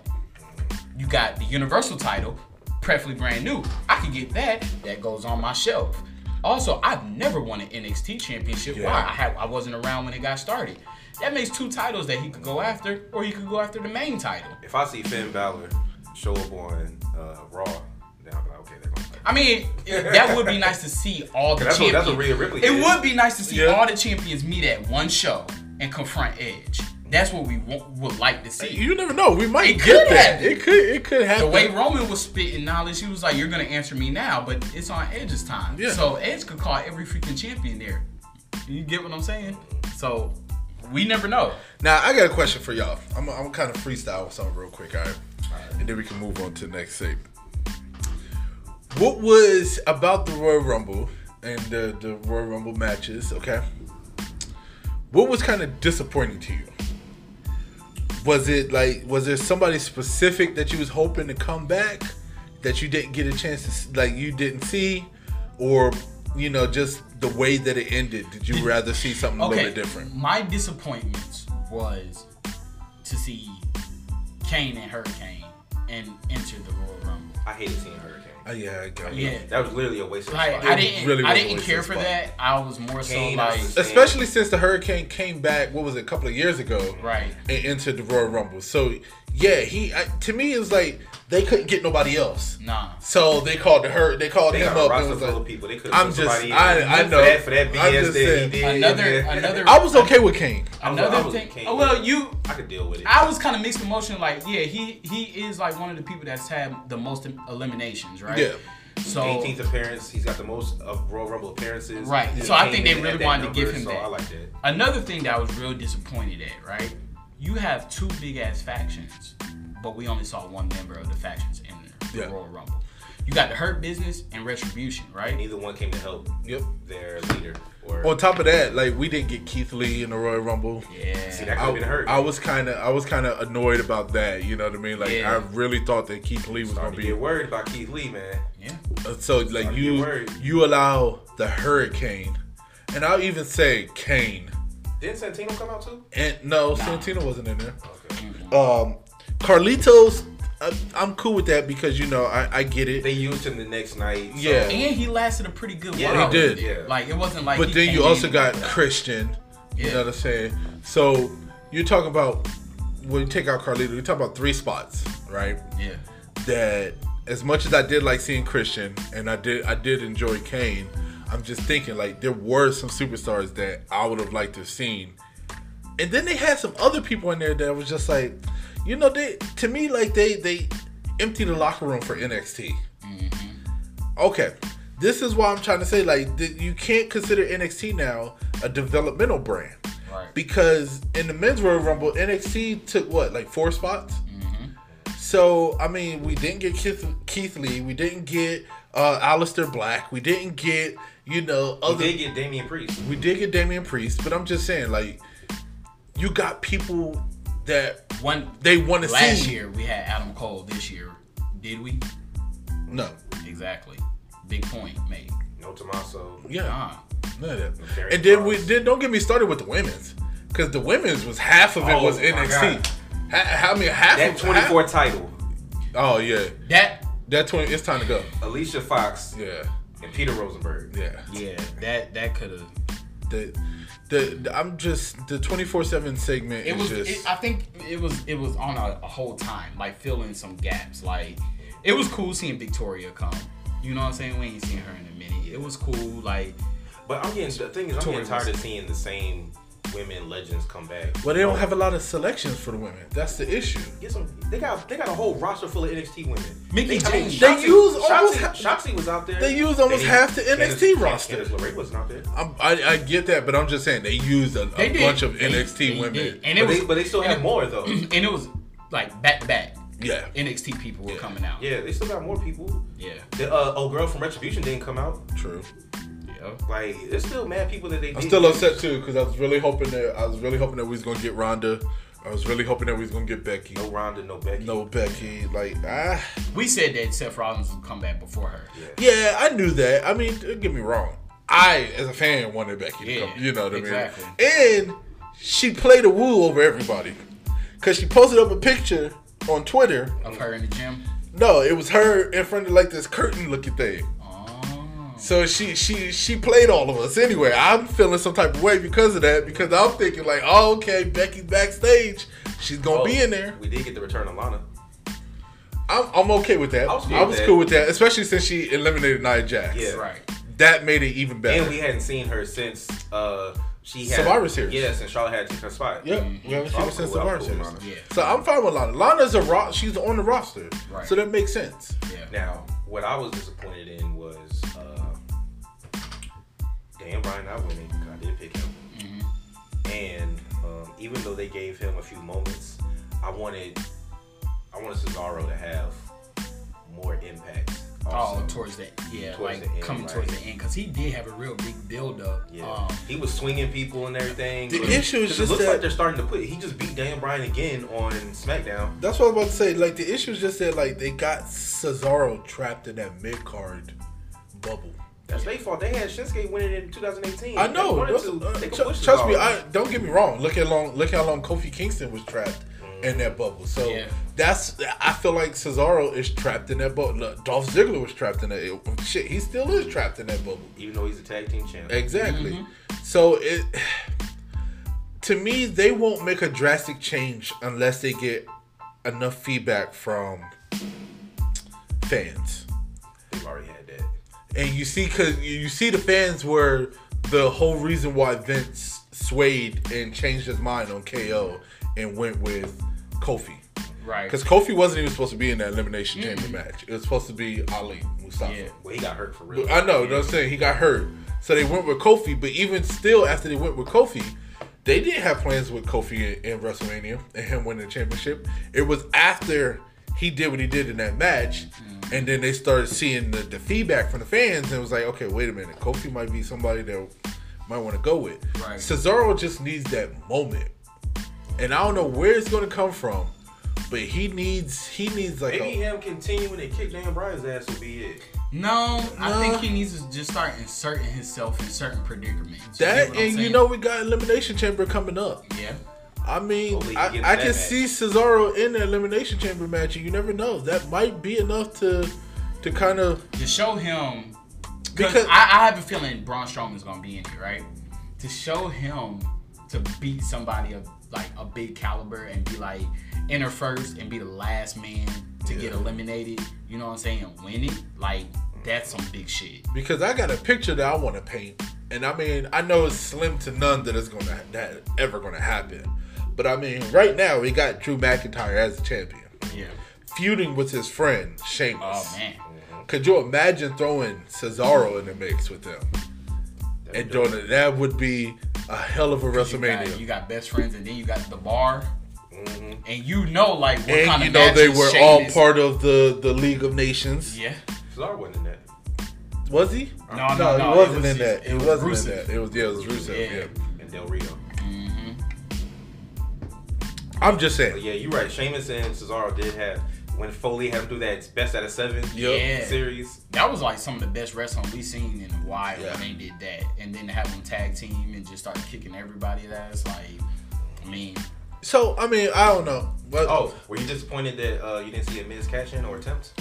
You got the Universal title, preferably brand new. I can get that. That goes on my shelf. Also, I've never won an NXT championship. Yeah. Why? I had I wasn't around when it got started. That makes two titles that he could go after, or he could go after the main title. If I see Finn Balor show up on uh, Raw, then I'm like, okay, they're going to play. I mean, it- that would be nice to see all the That's what- champions. that's what Rhea Ripley It did. would be nice to see Yeah. all the champions meet at one show and confront Edge. That's what we wa- would like to see. You never know. We might It get could that. happen. It could. It could happen. The way Roman was spitting knowledge, he was like, "You're gonna answer me now," but it's on Edge's time. Yeah. So Edge could call every freaking champion there. You get what I'm saying? So we never know. Now I got a question for y'all. I'm I'm kind of freestyle with something real quick, all right? And then we can move on to the next segment. What was about the Royal Rumble and the the Royal Rumble matches? Okay. What was kind of disappointing to you? Was it like was there somebody specific that you was hoping to come back that you didn't get a chance to s- like you didn't see, or you know just the way that it ended? Did you rather see something a Okay. little bit different? My disappointments was to see Kane and Hurricane and enter the Royal Rumble. I hated seeing Hurricane. Oh, yeah, I got it. Yeah. That was literally a waste of Like time. I didn't, really I was a didn't waste care of for spot. that. I was more so Kane, I like, was- especially since the hurricane came back what was it, a couple of years ago Right. and entered the royal rumble so yeah he I, to me it was like they couldn't get nobody else nah. so they called the her they called They him got up a roster and was full of like people. They could I'm have put just- somebody in. I- I For know. that, for that I'm BS just that he saying. did. Another, man. another, I was okay with Kane I was- another I was thing. Kane. Oh, well, you, I could deal with it. I was kind of mixed emotion. Like, yeah, he he is like one of the people that's had the most eliminations, right? Yeah. So 18th appearance. He's got the most of Royal Rumble appearances. Right, He so I came think they in at really that wanted to give him so that. I like that. another thing that I was real disappointed at, right? You have two big ass factions, but we only saw one member of the factions in the Yeah. Royal Rumble. You got the Hurt Business and Retribution, right? Neither one came to help Yep. their leader. Or on top of that like we didn't get Keith Lee in the royal rumble Yeah. see, that could I, have been hurt. I was kind of I was kind of annoyed about that, you know what I mean? Like Yeah. I really thought that Keith Lee was going Starting to to be get worried about Keith Lee, man. yeah. Uh, So like Gotta be you worried. you allow the hurricane, and I'll even say Kane. Didn't Santino come out too? And no, Santino wasn't in there. Okay. Mm-hmm. Um, Carlitos, I, I'm cool with that because you know I, I get it. They used him the next night. so- Yeah. And he lasted a pretty good Yeah, while. he did. Yeah. Like it wasn't like. but he then you came also in- got Christian. You Yeah. know what I'm saying? So you're talking about when you take out Carlito, you're talking about three spots, right? Yeah. That as much as I did like seeing Christian, and I did I did enjoy Kane. I'm just thinking like there were some superstars that I would have liked to have seen, and then they had some other people in there that was just like, you know, they to me like they they emptied the locker room for NXT. Okay, this is why I'm trying to say like th- you can't consider NXT now a developmental brand Right. because in the men's Royal Rumble, NXT took what like four spots. So I mean, we didn't get Keith, Keith Lee, we didn't get uh, Alistair Black, we didn't get you know He other did get Damian Priest. we did get Damian Priest, but I'm just saying like you got people that One. they want to see. last year we had Adam Cole. This year, did we? No, Exactly. Big point made. No Tommaso. yeah, Nah. none of that. Very And then we cross. then don't get me started with the women's because the women's was half of it Oh, was my NXT. God. Ha- I mean, half That of 24 half- title. Oh yeah, That. that twenty. It's time to go. Alicia Fox Yeah, and Peter Rosenberg. yeah. Yeah. That that could have. The, the, the- I'm just the 24 seven segment It is was. just It, I think it was. It was on a, a whole time, like filling some gaps. Like it was cool seeing Victoria come. You know what I'm saying? We ain't seen her in a minute. It was cool. Like But I'm getting the thing is I'm Tory getting tired Wilson. of seeing the same women legends come back. well, they don't have a lot of selections for the women. That's the issue. Get some. They got they got a whole roster full of NXT women. Mickey they, James. They Shotzi- use almost Shotzi- ha- Shotzi was out there. they use almost They- half the Candice- NXT Candice roster. LeRae wasn't out there. I'm, I I get that, but I'm just saying they used a, they a did. bunch of They- NXT they women. did. and it But was. they, but they still have more though. and it was like back to back. Yeah, NXT people were Yeah. coming out. Yeah, they still got more people. Yeah. The uh, old girl from Retribution didn't come out. true. Yeah. Like there's still mad people that they. I'm did. still upset too because I was really hoping that I was really hoping that we was gonna get Ronda. I was really hoping that we was gonna get Becky. No Ronda, no Becky. No Becky. Like ah, We said that Seth Rollins would come back before her. yeah, I knew that. I mean, don't get me wrong. I as a fan wanted Becky to Yeah, come. You know what exactly. I mean? And she played a woo over everybody because she posted up a picture on Twitter. Of her in the gym. No, it was her in front of like this curtain looking thing. Oh. So she she she played all of us anyway. I'm feeling some type of way because of that because I'm thinking like, oh okay, Becky's backstage, she's gonna Oh, be in there. We did get the return of Lana. I'm, I'm okay with that. I I was was, cool with that. cool with that, especially since she eliminated Nia Jax. Yeah. Right. That made it even better. And we hadn't seen her since uh, she had Survivor Series. Yeah, since Charlotte had taken her spot. Yep, we haven't seen I'm her since cool, I'm Survivor cool, Series. Lana. Yeah. So I'm fine with Lana. Lana's a ro- she's on the roster, Right. so that makes sense. Yeah. Now, what I was disappointed in was uh, Dan Bryan not winning. 'cause I did pick him, and um, even though they gave him a few moments, I wanted I wanted Cesaro to have more impact. Oh, also. towards the yeah, Towards like the end, coming right. towards the end, because he did have a real big build up. Yeah, Um, he was swinging people and everything. The but- issue is 'cause just it looks that- like they're starting to put. He just beat Dan Bryan again on SmackDown. That's what I was about to say. Like the issue is just that like they got Cesaro trapped in that mid card bubble. That's their fault. They had Shinsuke winning in 2018. I They know. wanted that's- to. uh, They could tr- push it trust me. all. I don't get me wrong. Look how long. Look how long Kofi Kingston was trapped in that bubble. So Yeah. that's. I feel like Cesaro is trapped in that bubble. Look, Dolph Ziggler was trapped in that. Shit, he still is trapped in that bubble. even though he's a tag team champ. Exactly. So it to me they won't make a drastic change unless they get enough feedback from fans. They've already had that. And you see cuz you see the fans were the whole reason why Vince swayed and changed his mind on KO and went with Kofi. right. Cuz Kofi wasn't even supposed to be in that elimination chamber match. It was supposed to be Ali Mustafa. Yeah. Well, he got hurt for real. I know, you know what I'm saying? He got hurt. So they went with Kofi, but even still, after they went with Kofi, they did have plans with Kofi in, in WrestleMania and him winning the championship. It was after he did what he did in that match, Mm. and then they started seeing the, the feedback from the fans, and it was like, okay, wait a minute. Kofi might be somebody that might want to go with. Right. Cesaro just needs that moment. And I don't know where it's going to come from, but he needs he needs like Maybe a, him continuing to kick Dan Bryan's ass will be it. No, I No. think he needs to just start inserting himself in certain predicaments. You get that, what I'm and you saying? know we got elimination chamber coming up. yeah, I mean, Hopefully he I, gets I that can match. see Cesaro in the Elimination Chamber match, and you never know. That might be enough to to kind of to show him because Because- I, I have a feeling Braun Strowman's gonna be in it, right? To show him to beat somebody of like a big caliber and be like enter first and be the last man to get eliminated. You know what I'm saying? And win it. Like that's some big shit. because I got a picture that I want to paint, and I mean, I know it's slim to none that it's gonna that ever gonna happen, but I mean, right now we got Drew McIntyre as the champion, Yeah. feuding with his friend Sheamus. Oh man. Could you imagine throwing Cesaro in the mix with them? That'd And be doing it, that would be a hell of a You got, WrestleMania. you got best friends and then you got the bar. And you know like what kind Mm-hmm. and you of know they matches were all Sheamus- part of the the League of Nations. Yeah. dope. Cesaro wasn't in that. Was he? No, no, no, no, he wasn't it was in that. just- It, it was wasn't Rusev. in that. It was yeah, it was Rusev. Yeah. Yeah. And Del Rio. I'm just But saying. yeah, you're right. Sheamus and Cesaro did have when Foley had him do that best out of seven Yeah. series. That was like some of the best wrestling we've seen in a while Yeah. when they did that. And then to have them tag team and just start kicking everybody's ass. Like, I mean, So I mean, I don't know. But, Oh, were you disappointed that uh, you didn't see a Miz cash in or attempt?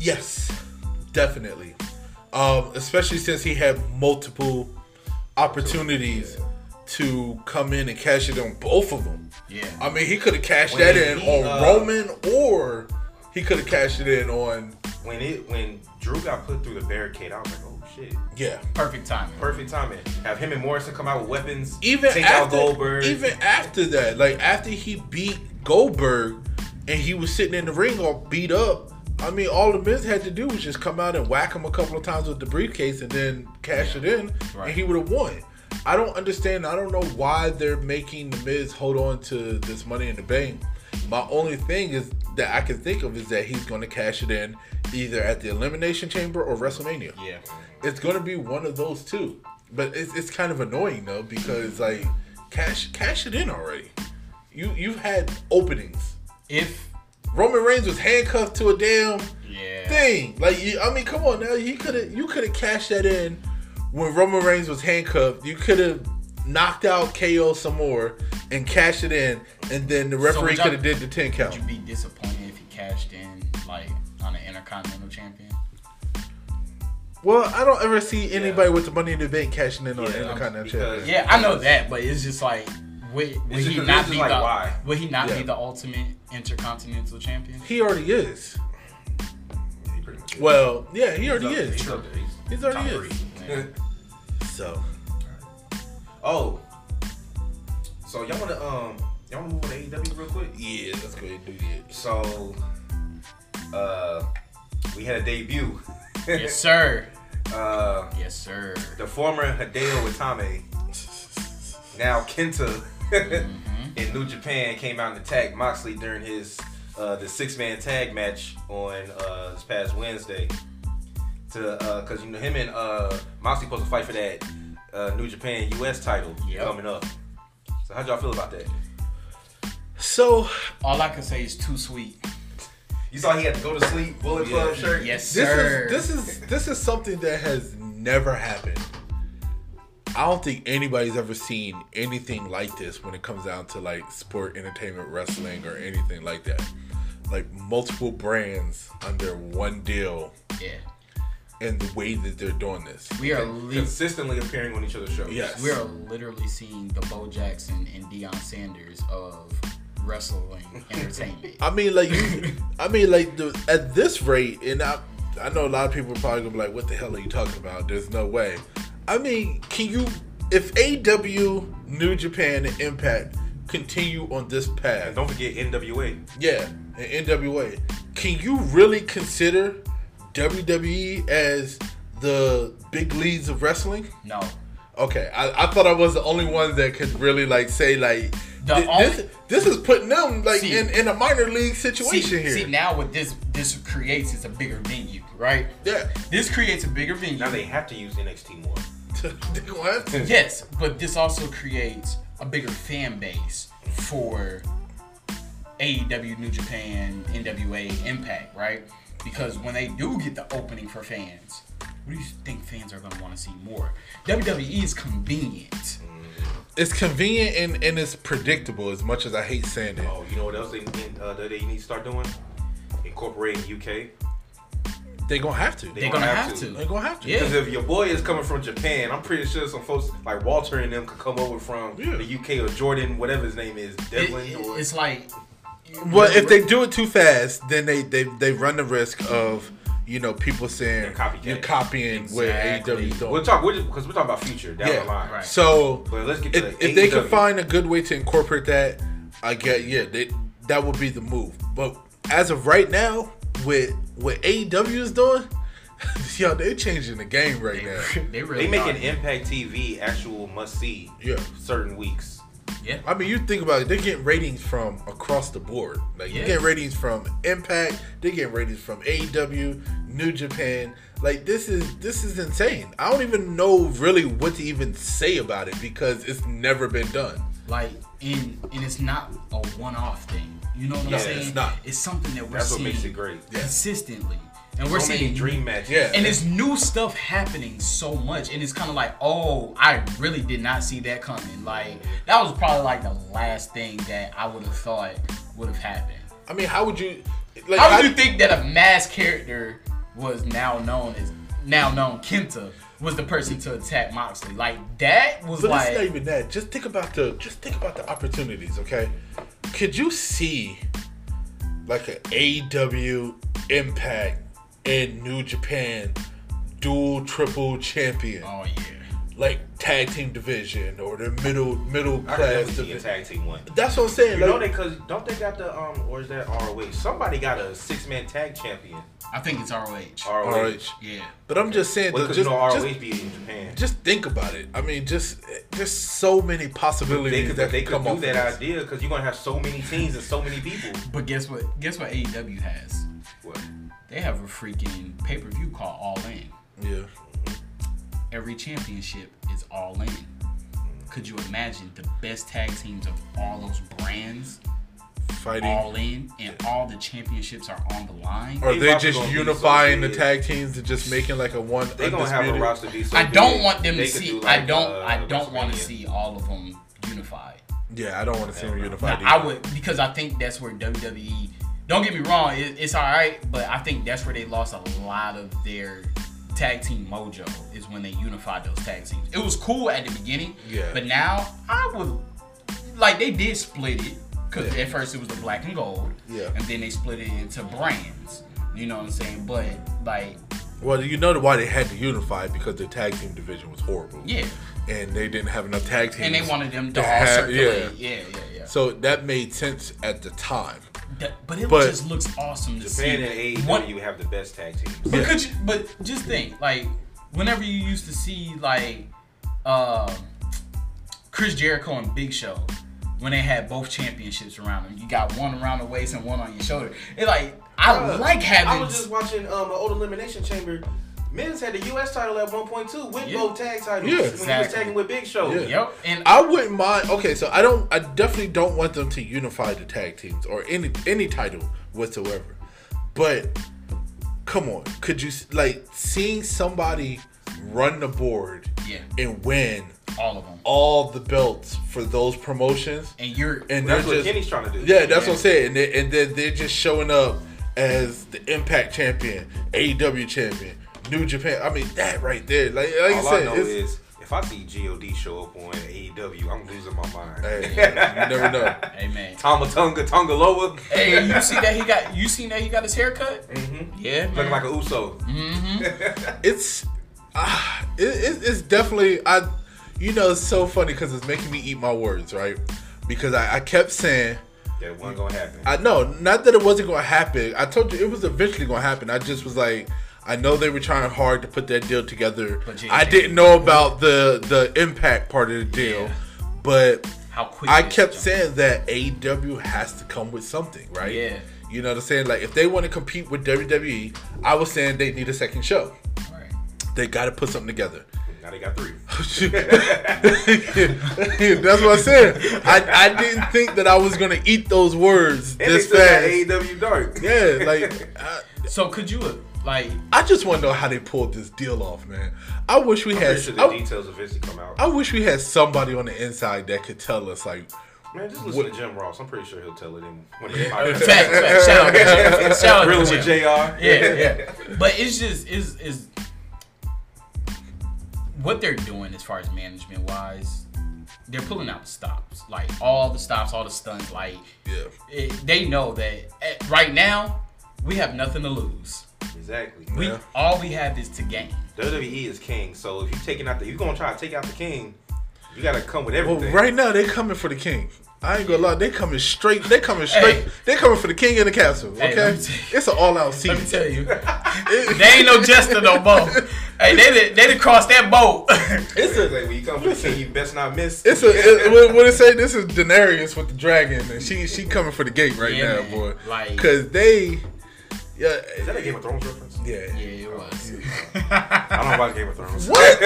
yes, definitely. Um, especially since he had multiple opportunities to come in and cash it on both of them. yeah. I mean, he could have cashed When that in he, on uh, Roman, or he could have cashed it in on When it when Drew got put through the barricade, I was like, oh shit. yeah. Perfect timing. Perfect timing. Have him and Morrison come out with weapons. even take out after, Goldberg. even after that, like after he beat Goldberg and he was sitting in the ring all beat up. I mean, all the Miz had to do was just come out and whack him a couple of times with the briefcase and then cash it in, Right. and he would have won. I don't understand. I don't know why they're making the Miz hold on to this Money in the Bank. My only thing is that I can think of is that he's going to cash it in either at the Elimination Chamber or WrestleMania Yeah. it's gonna be one of those two. But it's, it's kind of annoying though because like cash cash it in already. You you've had openings. If, Roman Reigns was handcuffed to a damn yeah. thing. Like you, I mean, come on now. You could have you could have cashed that in when Roman Reigns was handcuffed. You could have knocked out KO some more and cashed it in, and then the referee would y'all- could have did the ten count. Would you be disappointed if he cashed in, like, on an Intercontinental Champion? Well, I don't ever see anybody with the money in the bank cashing in on Yeah, the Intercontinental because- Championship. Yeah, I know that, but it's just like, Would, would It's he just- not it's be just like, the why? Would he not Yeah. be the ultimate intercontinental champion? He already is. Yeah, he pretty much is. Well, yeah, he already He's is. up- He's up there. He's, He's already top is. three. So oh, so y'all wanna um y'all wanna move on to AEW real quick? yeah, let's go ahead and do it. So, uh, we had a debut. yes, sir. uh, Yes, sir. the former Hideo Itame, now Kenta, in New Japan came out and attacked Moxley during his uh, the six man tag match on uh, this past Wednesday. To because you know him and uh, Moxley supposed to fight for that uh, New Japan US title Yep. coming up. So how'd y'all feel about that? So All I can say is too sweet. You saw he had to go to sleep, bullet Yeah. club shirt. Yes, this sir. is this is this is something that has never happened. I don't think anybody's ever seen anything like this when it comes down to like sport, entertainment, wrestling, or anything like that. Like multiple brands under one deal, yeah. and the way that they're doing this. We are li- Consistently appearing on each other's shows. Yes. we are literally seeing the Bo Jackson and Deion Sanders of wrestling entertainment. I mean, like you. I mean, like the, at this rate, and I, I know a lot of people are probably gonna be like, "What the hell are you talking about?" There's no way. I mean, can you? If AW, New Japan, and Impact continue on this path, And don't forget NWA. yeah, and NWA, can you really consider WWE as the big leagues of wrestling? No. Okay, I, I thought I was the only one that could really like say like. The thi- only- this, this is putting them like See- in, in a minor league See, situation here. see now what this this creates is a bigger venue, right? Yeah. This creates a bigger venue. Now they have to use NXT more. they gonna have to. Yes, but this also creates a bigger fan base for AEW, New Japan, NWA, Impact, right? Because when they do get the opening for fans, what do you think fans are going to want to see more? WWE is convenient. It's convenient and, and it's predictable as much as I hate saying it. Oh, you know what else they need, uh, that they need to start doing? Incorporating UK. They gonna have to. They They're going to have to. gonna have to. Yeah. Because if your boy is coming from Japan, I'm pretty sure some folks like Walter and them could come over from Yeah. the UK or Jordan, whatever his name is, It- Devlin it- or it's like. Well, if they do it too fast, then they, they, they run the risk of, you know, people saying They're copycat. you're copying Exactly. what AEW's doing. we'll talk. We're just because we're talking about future down yeah. the line. Right. So But let's get to if, the E if they AEW. can find a good way to incorporate that, I get yeah, they, that would be the move. But as of right now, with what AEW is doing, yo, they changing the game right now. They really They make an are. Impact TV actual must see Yeah. certain weeks. Yeah. I mean, you think about it, they're getting ratings from across the board. Like, you Yeah. get ratings from Impact, they're getting ratings from AEW, New Japan. Like, this is this is insane. I don't even know really what to even say about it because it's never been done. Like, and, and it's not a one off thing. You know what No, I'm saying? it's not. It's something that we're That's what seeing makes it great. Yeah. consistently. And we're so many seeing dream matches. Yeah. and it's new stuff happening so much and it's kind of like oh i really did not see that coming like that was probably like the last thing that i would have thought would have happened I mean, how would you like how how- do you think that a mass character was now known as now known kenta was the person to attack moxley like that was But it's like not even that. Just think about the just think about the opportunities, okay? Could you see like an AEW Impact and New Japan dual triple champion? oh yeah like tag team division or the middle middle I could class never see a division. tag team one. That's what I'm saying. You know they like, cause don't they got the um or is that ROH? Somebody got a six man tag champion. i think it's roh ROH. ROH. yeah But I'm just saying, Well, though, because just, you know E. ROH just, be in Japan. just think about it. I mean, just just so many possibilities They could, that they could come could do off that of this. idea because you're gonna have so many teams and so many people. but guess what guess what aew has What? they have a freaking pay-per-view called all in Yeah, every championship is all in. Could you imagine the best tag teams of all those brands fighting. all in and all the championships are on the line? Are They they roster just gonna be so unifying the big. tag teams and just making like a one? They gonna have a undisputed? roster be so I don't big, want them they to could see do I like, don't uh, I don't want WrestleMania. to see all of them unified. Yeah, I don't want to see them Now, unified. I either. would because I think that's where WWE don't get me wrong, it, it's all right, but I think that's where they lost a lot of their tag team mojo is when they unified those tag teams. It was cool at the beginning, Yeah. but now I would like they did split it because at first it was the black and gold, Yeah. and then they split it into brands. You know what I'm saying? But like, Well, you know why they had to unify because the tag team division was horrible. yeah, And they didn't have enough tag teams. and they wanted them to They all had- circulate. Yeah, yeah, yeah. yeah. So that made sense at the time. That- but it But- just looks awesome to Japan see. and AEW One- have the best tag teams. But could you, but just think, like, whenever you used to see like um Chris Jericho and Big Show, when they had both championships around them, you got one around the waist and one on your shoulder. It like I like Uh, I having was just watching um, an old elimination chamber. Men's had the U.S. title at one point too, with Yeah. both tag Yeah. titles. when he was Exactly. tagging with Big Show. Yeah. Yep. And I wouldn't mind. Okay, so I don't. I definitely don't want them to unify the tag teams or any any title whatsoever. But come on, could you s- like seeing somebody run the board Yeah. and win all of them. all the belts for those promotions? And you're And That's what they're just Kenny's trying to do. yeah, that's what Yeah. I'm saying. And, they, and then they're just showing up as the Impact champion, AEW champion, New Japan. I mean that right there, like like All you I said, know it's- is if I see God show up on AEW, I'm losing my mind. Hey, you never know. Amen. Tama Tonga Tonga Loa Hey, you see that he got you seen that he got his haircut? Mm-hmm. Yeah. man. looking like a Uso. it's ah, it, it, it's definitely I. You know, it's so funny because it's making me eat my words, right? Because I, I kept saying, That wasn't gonna happen. I know, not that it wasn't going to happen. I told you it was eventually going to happen. I just was like, I know they were trying hard to put that deal together. But you- I didn't know about the the impact part of the deal, Yeah. but How quick I it is kept to jump. saying that AEW has to come with something, right? Yeah. You know what I'm saying? Like if they want to compete with WWE, I was saying they need a second show. Right. They got to put something together. Now they got three. That's what I said. I, I didn't think that I was gonna eat those words And this they still got fast. AEW Dark. Yeah, like I, So could you have like I just want to know how they pulled this deal off, man. I wish we I'm had. pretty sure the I, details eventually come out. I wish we had somebody on the inside that could tell us, like, Man, just listen to Jim Ross. I'm pretty sure he'll tell it in when he fact, fact, shout out to Jim. Shout out to Really with Jim. JR. Yeah, yeah, yeah. But it's just is is what they're doing as far as management wise. They're pulling out the stops, like all the stops, all the stunts. Like yeah, it, they know that at, right now we have nothing to lose. Exactly. We Yeah. all we have is to gain. WWE E is king, so if you're taking out the you're gonna try to take out the king, you gotta come with well, everything. right now they coming for the king. I ain't gonna lie, they coming straight. They coming straight. They coming for the king and the castle. Hey, Okay, let me tell you- it's an all-out Let me season. tell you, they ain't no jester no more. Hey, they did, they did cross that boat. It's like when you come for the king, you best not miss. It's a it, what, what it say? This is Daenerys with the dragon, and she she coming for the gate right Yeah, now, man. boy. Like- cause they, yeah, is that a Game of Thrones reference? yeah. yeah, it was. I don't know about Game of Thrones. What?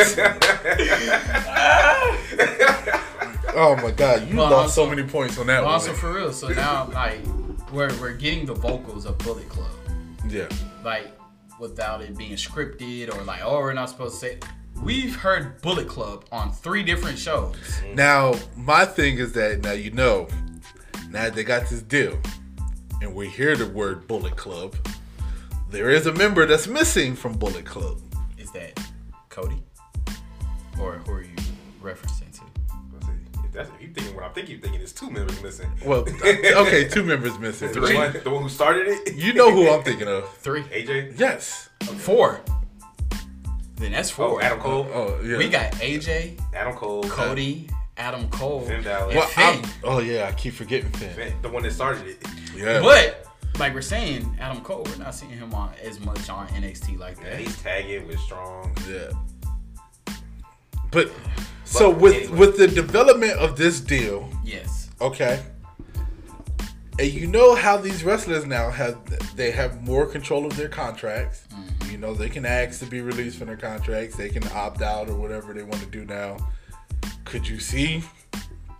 oh my god, you Well, lost so also- many points on that But one. also for real. So now like we're we're getting the vocals of Bullet Club. yeah, like without it being scripted or like oh we're not supposed to say we've heard bullet club on three different shows Now, my thing is that now you know, now they got this deal, and we hear the word Bullet Club. There is a member that's missing from Bullet Club. is that cody or who are you referencing to If that's if you thinking what I think you're thinking, it's two members missing. Well, okay, two members missing. The one, the one who started it, You know who I'm thinking of? three AJ. Yes. four then that's Oh, four Adam Cole. Oh yeah. we got aj Adam Cole. cody adam cole Finn Balor. Um, and Well, I'm- Finn. oh yeah, I keep forgetting Finn. Man, The one that started it. Yeah. but like we're saying adam cole we're not seeing him on as much on nxt like Yeah, that he's tagging with Strong. Yeah. But so with anyway. with the development of this deal, yes okay. And you know how these wrestlers now have they have more control of their contracts. Mm-hmm. You know they can ask to be released from their contracts. They can opt out or whatever they want to do now. Could you see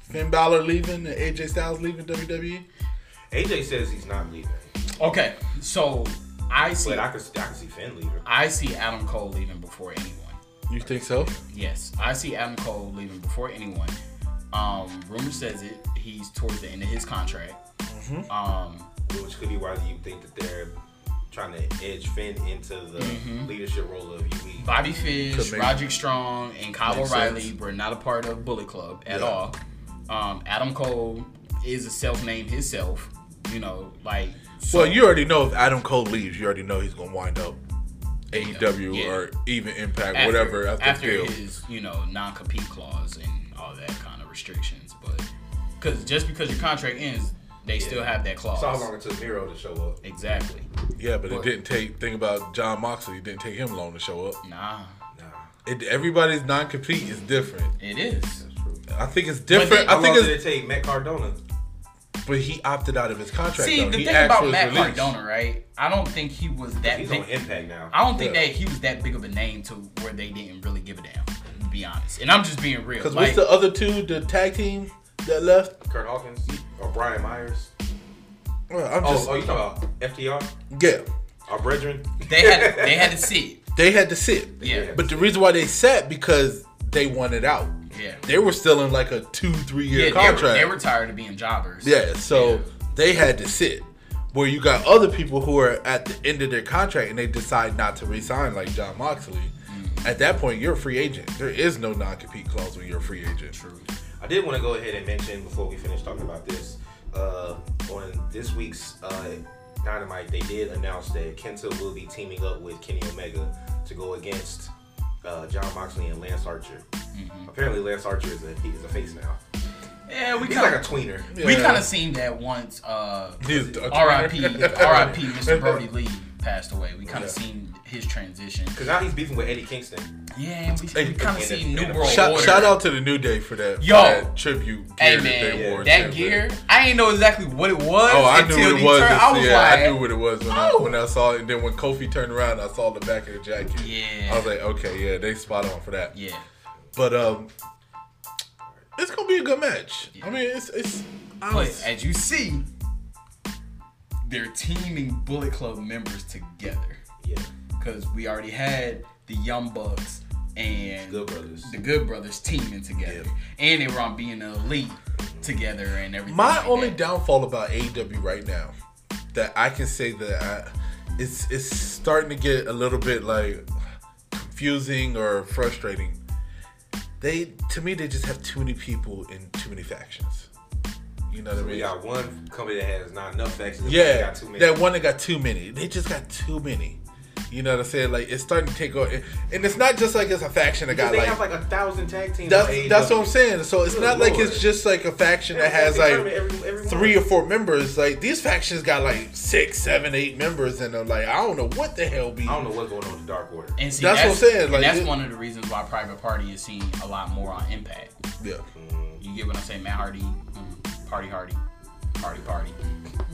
Finn Balor leaving and AJ Styles leaving E? WWE? AJ says he's not leaving, okay so i see but I could I could see Finn leaving. I see Adam Cole leaving before anyone. You think so? Yes, I see Adam Cole leaving before anyone. Um, rumor says it. He's towards the end of his contract. Mm-hmm. Um, which could be why you think that they're trying to edge Finn into the Mm-hmm. leadership role of E. UE. Bobby Could Fish, make- Roderick Strong, and Kyle makes O'Reilly sense. were not a part of Bullet Club at Yeah. all. Um, Adam Cole is a self name himself. You know, like so, Well, you already know if Adam Cole leaves, you already know he's gonna wind up AEW Yeah. or even Impact, after- whatever. After, after Phil. his you know non compete clause and all that kind of restrictions. But because just because your contract ends, they still have that clause. Saw how long it took Miro to show up. Exactly. yeah, but it But- didn't take. Think about John Moxley. It didn't take him long to show up. Nah, Nah, It, everybody's non-compete is different. it is. that's true. I think it's different. they- I How long think did it it's. take Matt Cardona? But he opted out of his contract. See, though. the he thing asked for about his Matt release. Cardona, right? I don't think he was that He's big. on Impact now. I don't think Yeah. that he was that big of a name to where they didn't really give a damn. To be honest, and I'm just being real. Because Like, what's the other two, the tag team that left? Kurt Hawkins or Brian Myers? Well, I'm Oh, just oh, you talking about FTR? yeah. Our brethren? they had they had to see. They had to sit. Yeah, But the reason why they sat because they wanted out. yeah. They were still in like a two, three year Yeah, they contract. were, they were tired of being jobbers. yeah, so Yeah. they had to sit. Where you got other people who are at the end of their contract and they decide not to resign, like John Moxley. Mm-hmm. At that point, you're a free agent. There is no non compete clause when you're a free agent. True. I did want to go ahead and mention before we finish talking about this. Uh, on this week's uh, Dynamite, they did announce that Kenta will be teaming up with Kenny Omega to go against uh, John Moxley and Lance Archer. Apparently, Lance Archer is a he is a face now. Mm-hmm. yeah. We He's kind like a of tweener. we Yeah. kind of seen that once. Uh, He's a- R.I.P. R.I.P. Mr. Brody Lee passed away. We kind of seen his transition. Cause now he's beefing with Eddie Kingston. Yeah, and we, we kind of and seen the- New and the- World Shout, Order. shout out to the New Day for that, for Yo. that tribute gear Hey that they wore. man, to that it. gear, I didn't know exactly what it was. Oh, I until knew what they it was. turned- I was yeah, like, I knew what it was when, oh. I, when I saw it. And then when Kofi turned around, I saw the back of the jacket. Yeah. I was like, okay, yeah, they spot on for that. yeah, But um, it's gonna be a good match. I mean, it's it's. I but was, as you see, they're teaming Bullet Club members together Yeah, because we already had the Young Bucks and good brothers. the Good Brothers teaming together, and they were on being the elite together and everything. my like only that. downfall about AEW right now that I can say that I, it's it's starting to get a little bit like confusing or frustrating. They to me they just have too many people in too many factions. You know what I mean? We got one company that has not enough factions. Yeah, we got too many. that one that got too many. They just got too many. You know what I'm saying? Like it's starting to take over, and it's not just like it's a faction that Because got they like. have like a thousand tag teams. on E that's that's what AEW. I'm saying. So it's Good not like it's Lord. just like a faction that Every- has every like tournament, every- every three or month. four members. Like these factions got like six, seven, eight members, and I'm like, I don't know what the hell be. I don't know what's going on with the Dark Order. And see, That's that's, what I'm saying, and like, that's it- one of the reasons why Private Party is seen a lot more on Impact. Yeah, You get what I'm saying? Matt Hardy, mm, Party Hardy, Party Party.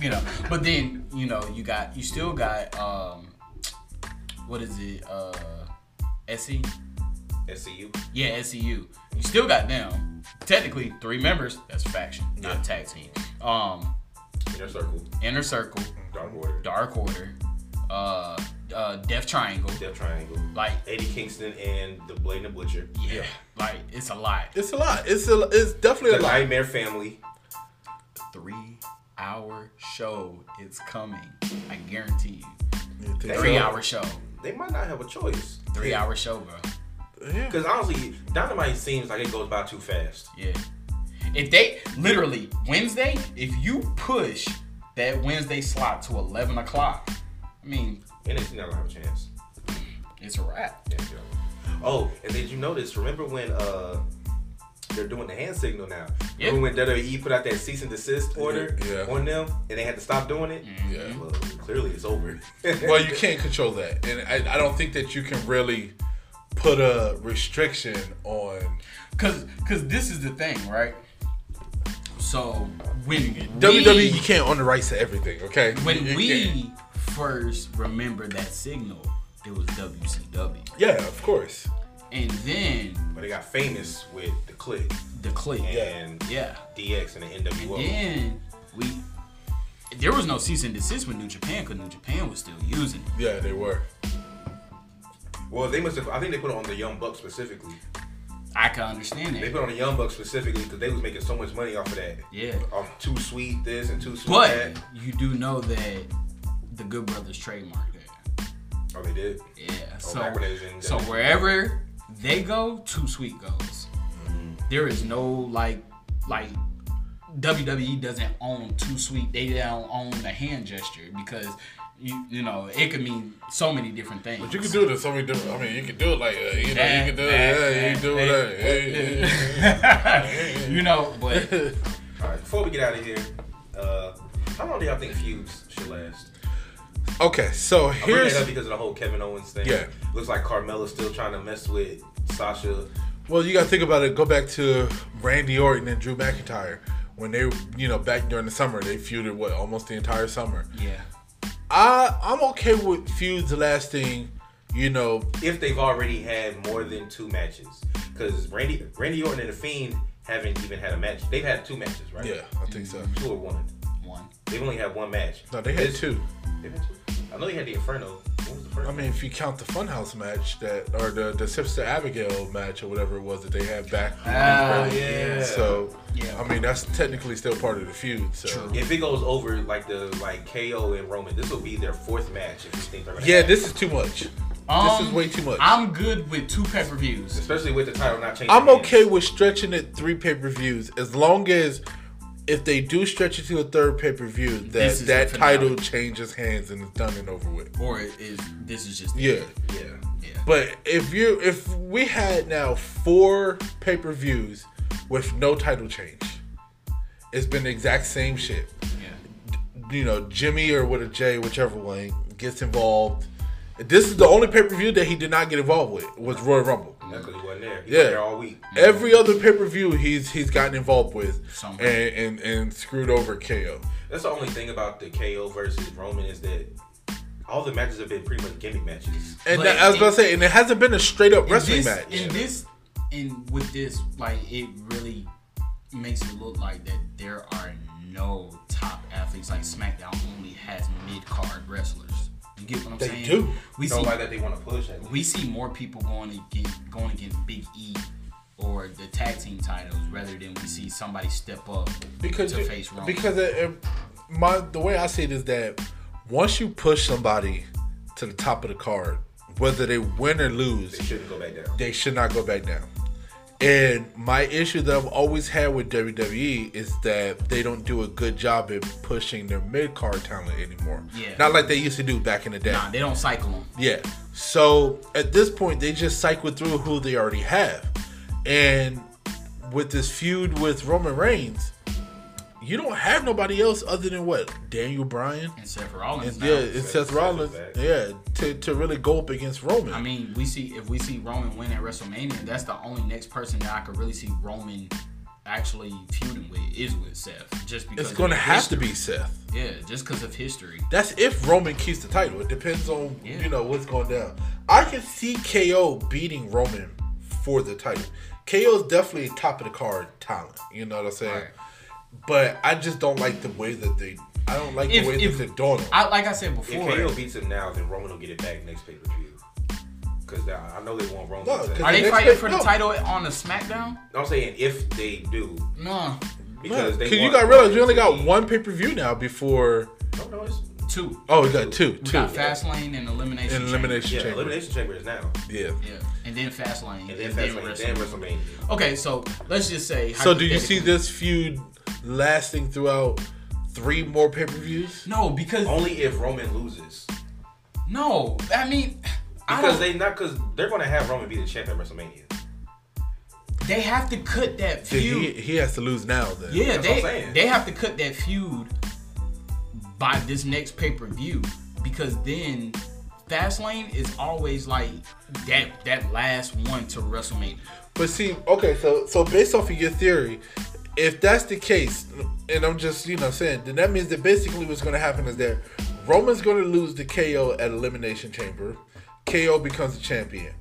You know, but then you know you got you still got um, what is it? Uh, SE, SCU. yeah, SEU. You still got them. Technically, three members. That's a faction, not a tag team. Um, Inner Circle. Inner Circle, Dark Order. Dark Order, uh, uh, Death Triangle. Death Triangle. Like, Eddie Kingston and the Blade and the Butcher. yeah, like it's a lot. it's a lot. It's a, it's definitely a The lot. Nightmare Family. three hour show is coming. I guarantee you. You think Three so? hour show. They might not have a choice. Three hour show, bro. Yeah. Because honestly, Dynamite seems like it goes by too fast. Yeah. If they literally Wednesday, if you push that Wednesday slot to eleven o'clock, I mean, NXT never have a chance. it's a wrap. Yeah, you know. Oh, and did you notice? Remember when uh they're doing the hand signal now? Yeah. Remember when WWE put out that cease and desist order Yeah, Mm. yeah. on them and they had to stop doing it? Yeah. Well, clearly it's over. Well, you can't control that, and I, I don't think that you can really put a restriction on Cause cause this is the thing, right? So when we- WWE. E, You can't own the rights to everything. Okay. when You can't. we first remember that signal, it was WCW. Yeah, of course. And then but they got famous with the click the click. and Yeah. DX and the NWO. Then we there was no cease and desist with New Japan because New Japan was still using it. Yeah, they were. Well, they must have. I think they put it on the Young Bucks specifically. I can understand They that. put it on the Young Bucks specifically because they was making so much money off of that. Yeah. Off too sweet this and too sweet But that. you do know that the Good Brothers trademark that. Oh, they did. Yeah. So back when they was in so WWE. Mm-hmm. wherever they go, Too Sweet goes. There is no like like WWE doesn't own too sweet. They don't own the hand gesture because you you know it could mean so many different things. But you can do it in so many different. I mean, you can do it like uh, you know, That- you can do it. that- yeah, you can do eh, that- it. hey, hey, you know, but hey. All right, before we get out of here, uh, how long do y'all think feuds should last? okay, so I bring here's that up because of the whole Kevin Owens thing. Yeah. Looks like Carmella's still trying to mess with Sasha. Well, you got to think about it. Go back to Randy Orton and Drew McIntyre when they, you know, back during the summer they feuded what almost the entire summer. yeah, I I'm okay with feuds lasting, you know, If they've already had more than two matches, because Randy Randy Orton and the Fiend haven't even had a match. They've had two matches, right? yeah, I think so. Two or one. one. They've only had one match. No, they had This- two. They had two. I know they had the Inferno. What was the first? I mean, if you count the Funhouse match that, or the the Sister Abigail match or whatever it was that they had back. Ah, yeah. So, Yeah. I mean, that's technically still part of the feud. So. True. If it goes over like the like KO and Roman, this will be their fourth match. If you think they're gonna Yeah, have. this is too much. this is Um, way too much. I'm, I'm good with two pay per views. especially with the title not changing. hands. okay with stretching it three pay per views as long as if they do stretch it to a third pay per view, that This is that the finale. title changes hands and it's done and over with. Or is this is just Yeah. Yeah. yeah. But if you if we had now four pay per views with no title change, it's been the exact same shit. yeah. you know, Jimmy or with a J, whichever one, gets involved. This is the only pay per view that he did not get involved with was Royal Rumble. That's because he wasn't there. He Yeah. was there all week. Every other pay per view he's he's gotten involved with and, Somehow. and and screwed over KO. That's the only thing about the KO versus Roman is that all the matches have been pretty much gimmick matches. And But that, I was about to say, and it hasn't been a straight up wrestling this, match. In this, in with this, like it really makes it look like that there are no top athletes. Like SmackDown only has mid card wrestlers. You get what I'm They saying? do. We see Nobody that they want to push. At least. we see more people going against going against Big E or the tag team titles rather than we see somebody step up because to you- face Roman. because it, it- my the way I see it is that once you push somebody to the top of the card, whether they win or lose, They shouldn't go back down. they should not go back down. And my issue that I've always had with WWE is that they don't do a good job at pushing their mid card talent anymore. Yeah. Not like they used to do back in the day. nah, they don't cycle them. Yeah. So at this point, they just cycle through who they already have. And with this feud with Roman Reigns, you don't have nobody else other than what? Daniel Bryan? And Seth Rollins. And now. yeah, it's Seth Seth Rollins. back. Yeah, to, to really go up against Roman. I mean, we see if we see Roman win at WrestleMania, that's the only next person that I could really see Roman actually feuding with is with Seth. Just because it's going to of have history. to be Seth. Yeah, just because of history. That's if Roman keeps the title. It depends on Yeah. you know what's going down. I can see KO beating Roman for the title. KO is definitely top of the card talent. You know what I'm saying? Right. But I just don't like the way that they. I don't like If- the way if- that they're doing it. I like I said If before. KO beats him now, then Roman will get it back next pay per view. Because I know they want Roman. No, to- 'cause are they Next fighting pick- for the no. title on the SmackDown? I'm saying if they do, No, because they. Cause you want got to realize you only Roman to got be- one pay per view now before. No, no, it's, two. Oh, you got two, We two, got Fastlane and Elimination. and Chamber. elimination yeah, chamber. elimination chamber is now, Yeah. Yeah, and then Fastlane, and then Fastlane, then WrestleMania. Okay, so let's just say. So do you see hypothetically- this feud lasting throughout three more pay per views? No, because Only if Roman loses, no, I mean, I because don't, they not because they're gonna have Roman be the champ at WrestleMania. they have to cut that Then feud. He, he has to lose now. Then. Yeah, That's what I'm they saying. they have to cut that feud by this next pay per view because then Fastlane is always like that that last one to WrestleMania. But see, okay, so so based off of your theory, if that's the case, and I'm just you know saying, then that means that basically what's going to happen is that Roman's going to lose the KO at Elimination Chamber. KO becomes the champion.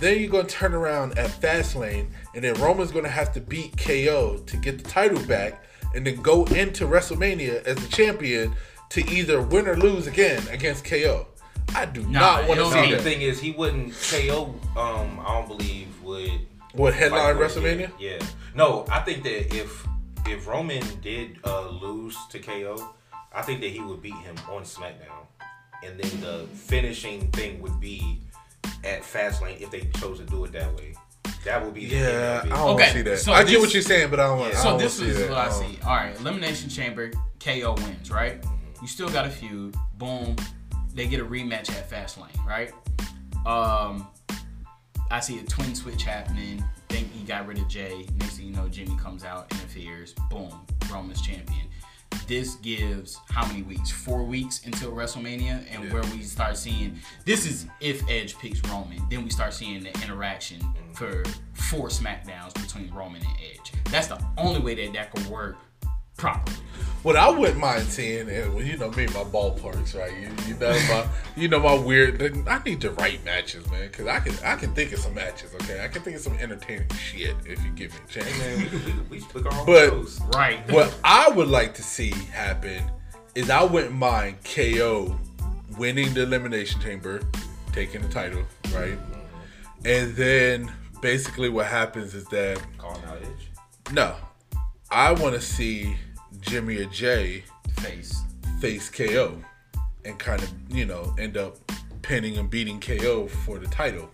Then you're going to turn around at Fastlane, and then Roman's going to have to beat KO to get the title back, and then go into WrestleMania as the champion to either win or lose again against KO. I do not want to it'll see be- The that. thing is, he wouldn't KO. Um, I don't believe would What headline Like, WrestleMania? Yeah. No, I think that if if Roman did uh, lose to KO, I think that he would beat him on SmackDown, and then the finishing thing would be at Fastlane if they chose to do it that way. That would be the Yeah, I end of it. don't Okay, see that. so I get this- what you're saying, but I don't want. Yeah. I So So don't this see is that. what I Um, see. All right, elimination chamber, KO wins, right? You still got a feud. Boom, they get a rematch at Fastlane, right? Um, I see a twin switch happening. Think he got rid of Jay. Next thing you know, Jimmy comes out, interferes. Boom, Roman's champion. This gives how many weeks? Four weeks until WrestleMania, and where we start seeing this is if Edge picks Roman, then we start seeing the interaction for four SmackDowns between Roman and Edge. That's the only way that that could work properly. What I wouldn't mind seeing, and well, you know me, and my ballparks, right? You, you know my, you know my weird. I need to write matches, man, because I can, I can think of some matches. Okay, I can think of some entertaining shit if you give me a chance. Man, we, we, we should click our own But- shows. Right. what I would like to see happen is I wouldn't mind KO winning the Elimination Chamber, taking the title, right? And then basically what happens is that Calling out Edge. no, I want to see Jimmy or Jay Face. face KO and kind of, you know, end up pinning and beating KO for the title.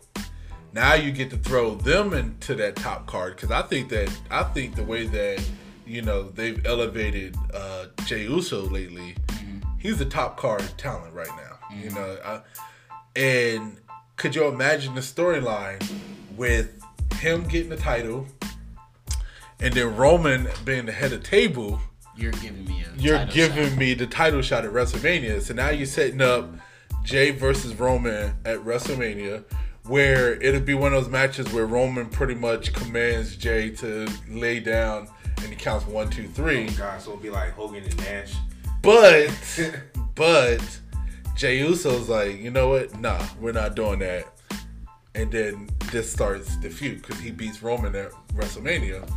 Now you get to throw them into that top card because I think that I think the way that you know they've elevated uh, Jay Uso lately, he's the top card talent right now. You know, I, and could you imagine the storyline with him getting the title and then Roman being the head of table? You're giving me a. you're title giving shot. me the title shot at WrestleMania. So now you're setting up Jay versus Roman at WrestleMania, where it'll be one of those matches where Roman pretty much commands Jay to lay down and he counts one, two, three. Oh God, so it'd be like Hogan and Nash. But but Jay Uso's like, you know what? Nah, we're not doing that. And then this starts the feud because he beats Roman at WrestleMania.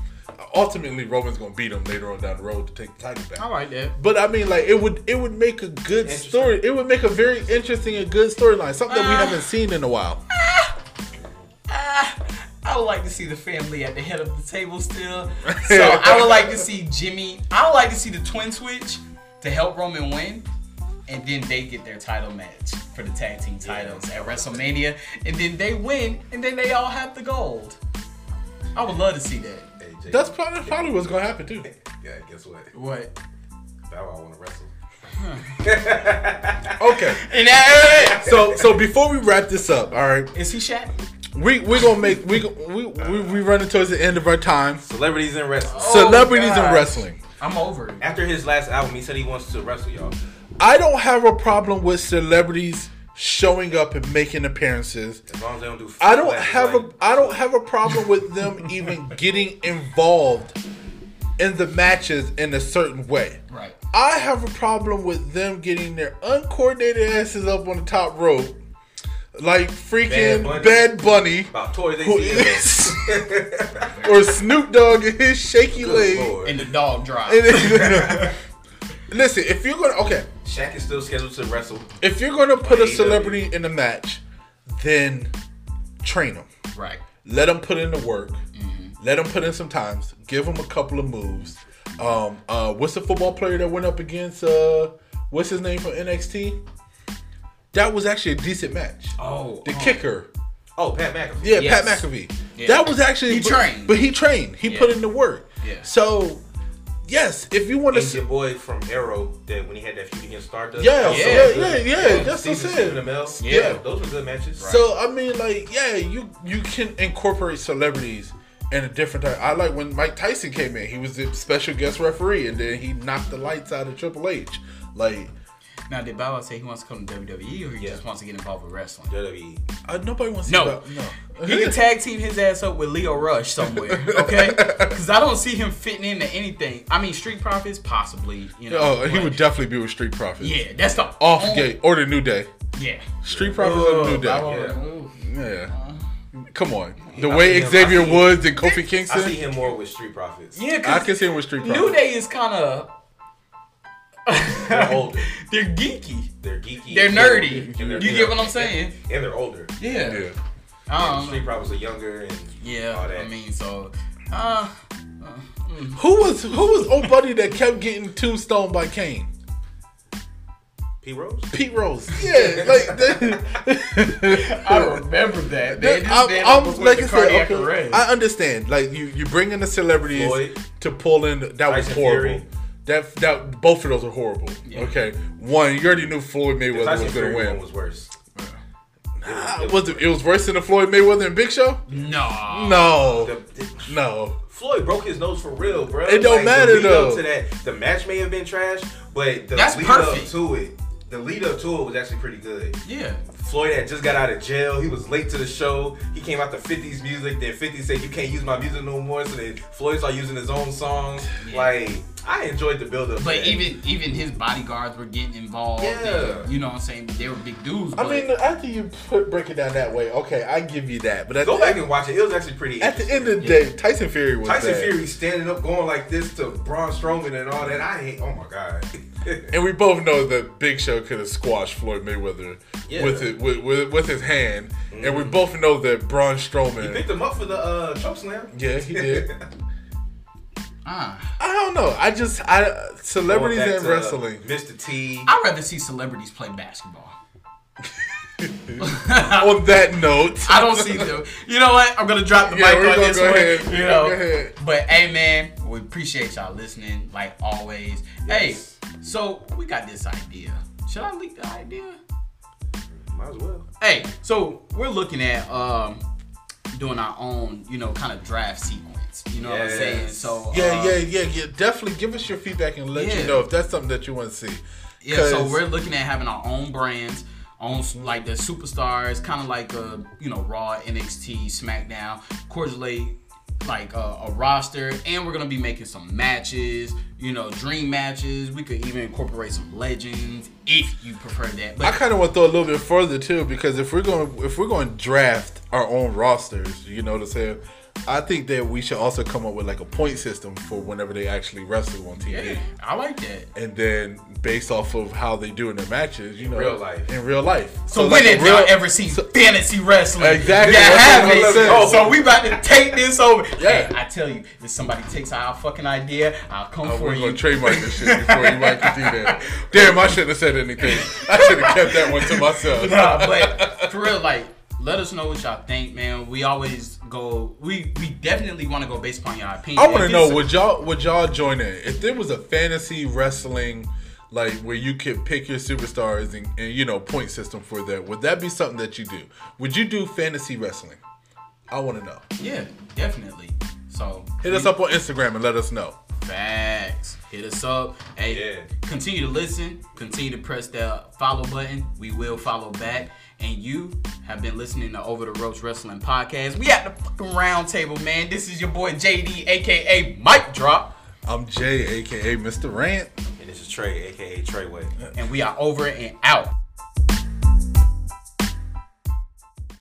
Ultimately, Roman's gonna beat him later on down the road to take the title back. I like that. But I mean, like it would it would make a good Interesting. story. It would make a very interesting and good storyline. Something that we Ah. haven't seen in a while. I would like to see the family at the head of the table still. So I would like to see Jimmy. I would like to see the twin switch to help Roman win. And then they get their title match for the tag team titles at WrestleMania. And then they win. And then they all have the gold. I would love to see that. Hey, Jay, That's probably, probably what's gonna happen too. yeah. Guess what? That's What? why I want to wrestle. Okay. And that, So so before we wrap this up, all right, is he Shaq? we we gonna make we go- we we, we running towards the end of our time. Celebrities and wrestling. Oh. Celebrities Oh, gosh. in wrestling. I'm over it. After his last album, he said he wants to wrestle y'all. I don't have a problem with celebrities showing up and making appearances. As long as they don't do. I don't flashes have a like- I don't have a problem with them even getting involved in the matches in a certain way. Right. I have a problem with them getting their uncoordinated asses up on the top rope, like freaking Bad Bad Bunny, about Tory who Lanez. is, or Snoop Dogg and his shaky Good leg. Lord. And the dog drive. And then- Listen, if you're gonna okay, Shaq is still scheduled to wrestle. if you're gonna put a AEW. celebrity in a match, then train them. Right. let them put in the work, Mm-hmm. let them put in some times, give them a couple of moves. Um, uh, what's the football player that went up against? Uh, what's his name from NXT? That was actually a decent match. Oh. the oh. kicker, Oh, Pat McAfee. yeah, Pat Yes. McAfee. Yeah. That was actually He but- trained. but he trained. He Yeah. put in the work. Yeah. So, yes, if you want to And see, your boy from Arrow that when he had that feud against Stardust. Yeah, Those yeah, were good. yeah, yeah, that's Stephen- what I'm Stephen saying. Amell. Yeah. Yeah, those were good matches. So I mean, like, yeah, you you can incorporate celebrities in a different type. I like when Mike Tyson came in; he was the special guest referee, and then he knocked the lights out of Triple H. Like, Now, did Bow Wow say he wants to come to WWE or he Yeah. just wants to get involved with wrestling? WWE. uh, nobody wants to No. see about- no. He can tag team his ass up with Leo Rush somewhere, okay? Because I don't see him fitting into anything. I mean, Street Profits, possibly. You know, oh, he but- would definitely be with Street Profits. Yeah, that's the Off Oh. only- gate or the New Day. Yeah. Street Profits or the New Day. Bow Wow, Yeah. ooh. Yeah. Come on. The Uh-huh. I way see him- Xavier I see- Woods and Kofi I see Kingston, him more with Street Profits. yeah, I because can see him with Street Profits. New Day is kind of They're older. they're geeky, They're geeky. they're nerdy. And they're- You get what I'm saying? And they're older. Yeah. Yeah. Um, Street Profits are younger and all yeah. that. I mean, so. Uh, Who was who was old buddy that kept getting tombstone by Kane? Pete Rose? Pete Rose. Yeah, like I remember that. They just I'm, did I'm- with like the I said, cardiac okay, arrest. I understand. Like you, you bring in the celebrities Floyd. to pull in. That was Tyson horrible. Fury. That that both of those are horrible. Yeah. Okay, one you already knew Floyd Mayweather Tyson was going Fury to one win. was worse. Ah, was it, it was worse than the Floyd Mayweather and Big Show? no. No, The- the- no. Floyd broke his nose for real, bro. It don't matter, the lead though. Up to that, the match may have been trash, but the That's lead perfect. up to it, the lead up to it was actually pretty good. Yeah. Floyd had just got out of jail. He was late to the show. He came out to 50s music. Then 50 said, "You can't use my music no more." So then Floyd started using his own songs. Like I enjoyed the build up. But even even his bodyguards were getting involved. Yeah. and, you know what I'm saying? They were big dudes. I but mean, after you put break it down that way, okay, I give you that. But at, go the, back and watch it. It was actually pretty. at the interesting. end of the day, Tyson Fury was Tyson bad. Fury standing up, going like this to Braun Strowman and all that. I hate. Oh my god. And we both know that Big Show could have squashed Floyd Mayweather Yeah. with, it, with, with with his hand, and we Mm. both know that Braun Strowman. Picked him up for the uh, choke slam. yeah, he did. ah, I don't know. I just I celebrities Going back and to, uh, wrestling. Mr. T. I'd rather see celebrities play basketball. On that note, I don't see them. You know what? I'm gonna drop the Yeah, mic we're on gonna this go one. ahead. You We're know, gonna go ahead. but hey, man, we appreciate y'all listening, like always. Yes. Hey, so we got this idea. Should I leak the idea? Might as well. Hey, so we're looking at um doing our own, you know, kind of draft sequence. You know what I'm Yes. saying? So Yeah, uh, yeah, yeah, yeah. Definitely give us your feedback and let Yeah. you know if that's something that you want to see. Yeah, so 'Cause- we're looking at having our own brands, own like the superstars, kind of like a you know Raw, NXT, SmackDown, correlate like uh, a, a roster, and we're gonna be making some matches, you know, dream matches. We could even incorporate some legends if you prefer that. I But kind of want to throw a little bit further too, because if we're going if we're going to draft our own rosters, you know what I'm saying. I think that we should also come up with like a point system for whenever they actually wrestle on TV, yeah, I like that. and then based off of how they do in their matches, you know, real life. in real life. So, like, when have a real- y'all ever seen fantasy wrestling? Exactly, You that's have what I'm it. saying. Oh, so we about to take this over. Yeah. Hey, I tell you, if somebody takes our fucking idea, I'll come Oh, for we're you. gonna trademark this shit before you might can do that. Damn, I shouldn't have said anything. I should have kept that one to myself. nah, but for real, like, let us know what y'all think, man. We always go. We we definitely want to go based upon your opinion. I want to If know it's- would y'all would y'all join in if there was a fantasy wrestling like where you could pick your superstars and, and you know point system for that would that be something that you do would you do fantasy wrestling I want to know Yeah, definitely. So hit us up on Instagram and let us know Facts. Hit us up. Hey, Yeah. continue to listen. Continue to press that follow button. We will follow back. And you have been listening to Over the Ropes Wrestling Podcast. We at the fucking round table, man. This is your boy JD, aka Mike Drop. I'm Jay aka Mr Rant And this is Trey, aka Treyway. And we are over and out.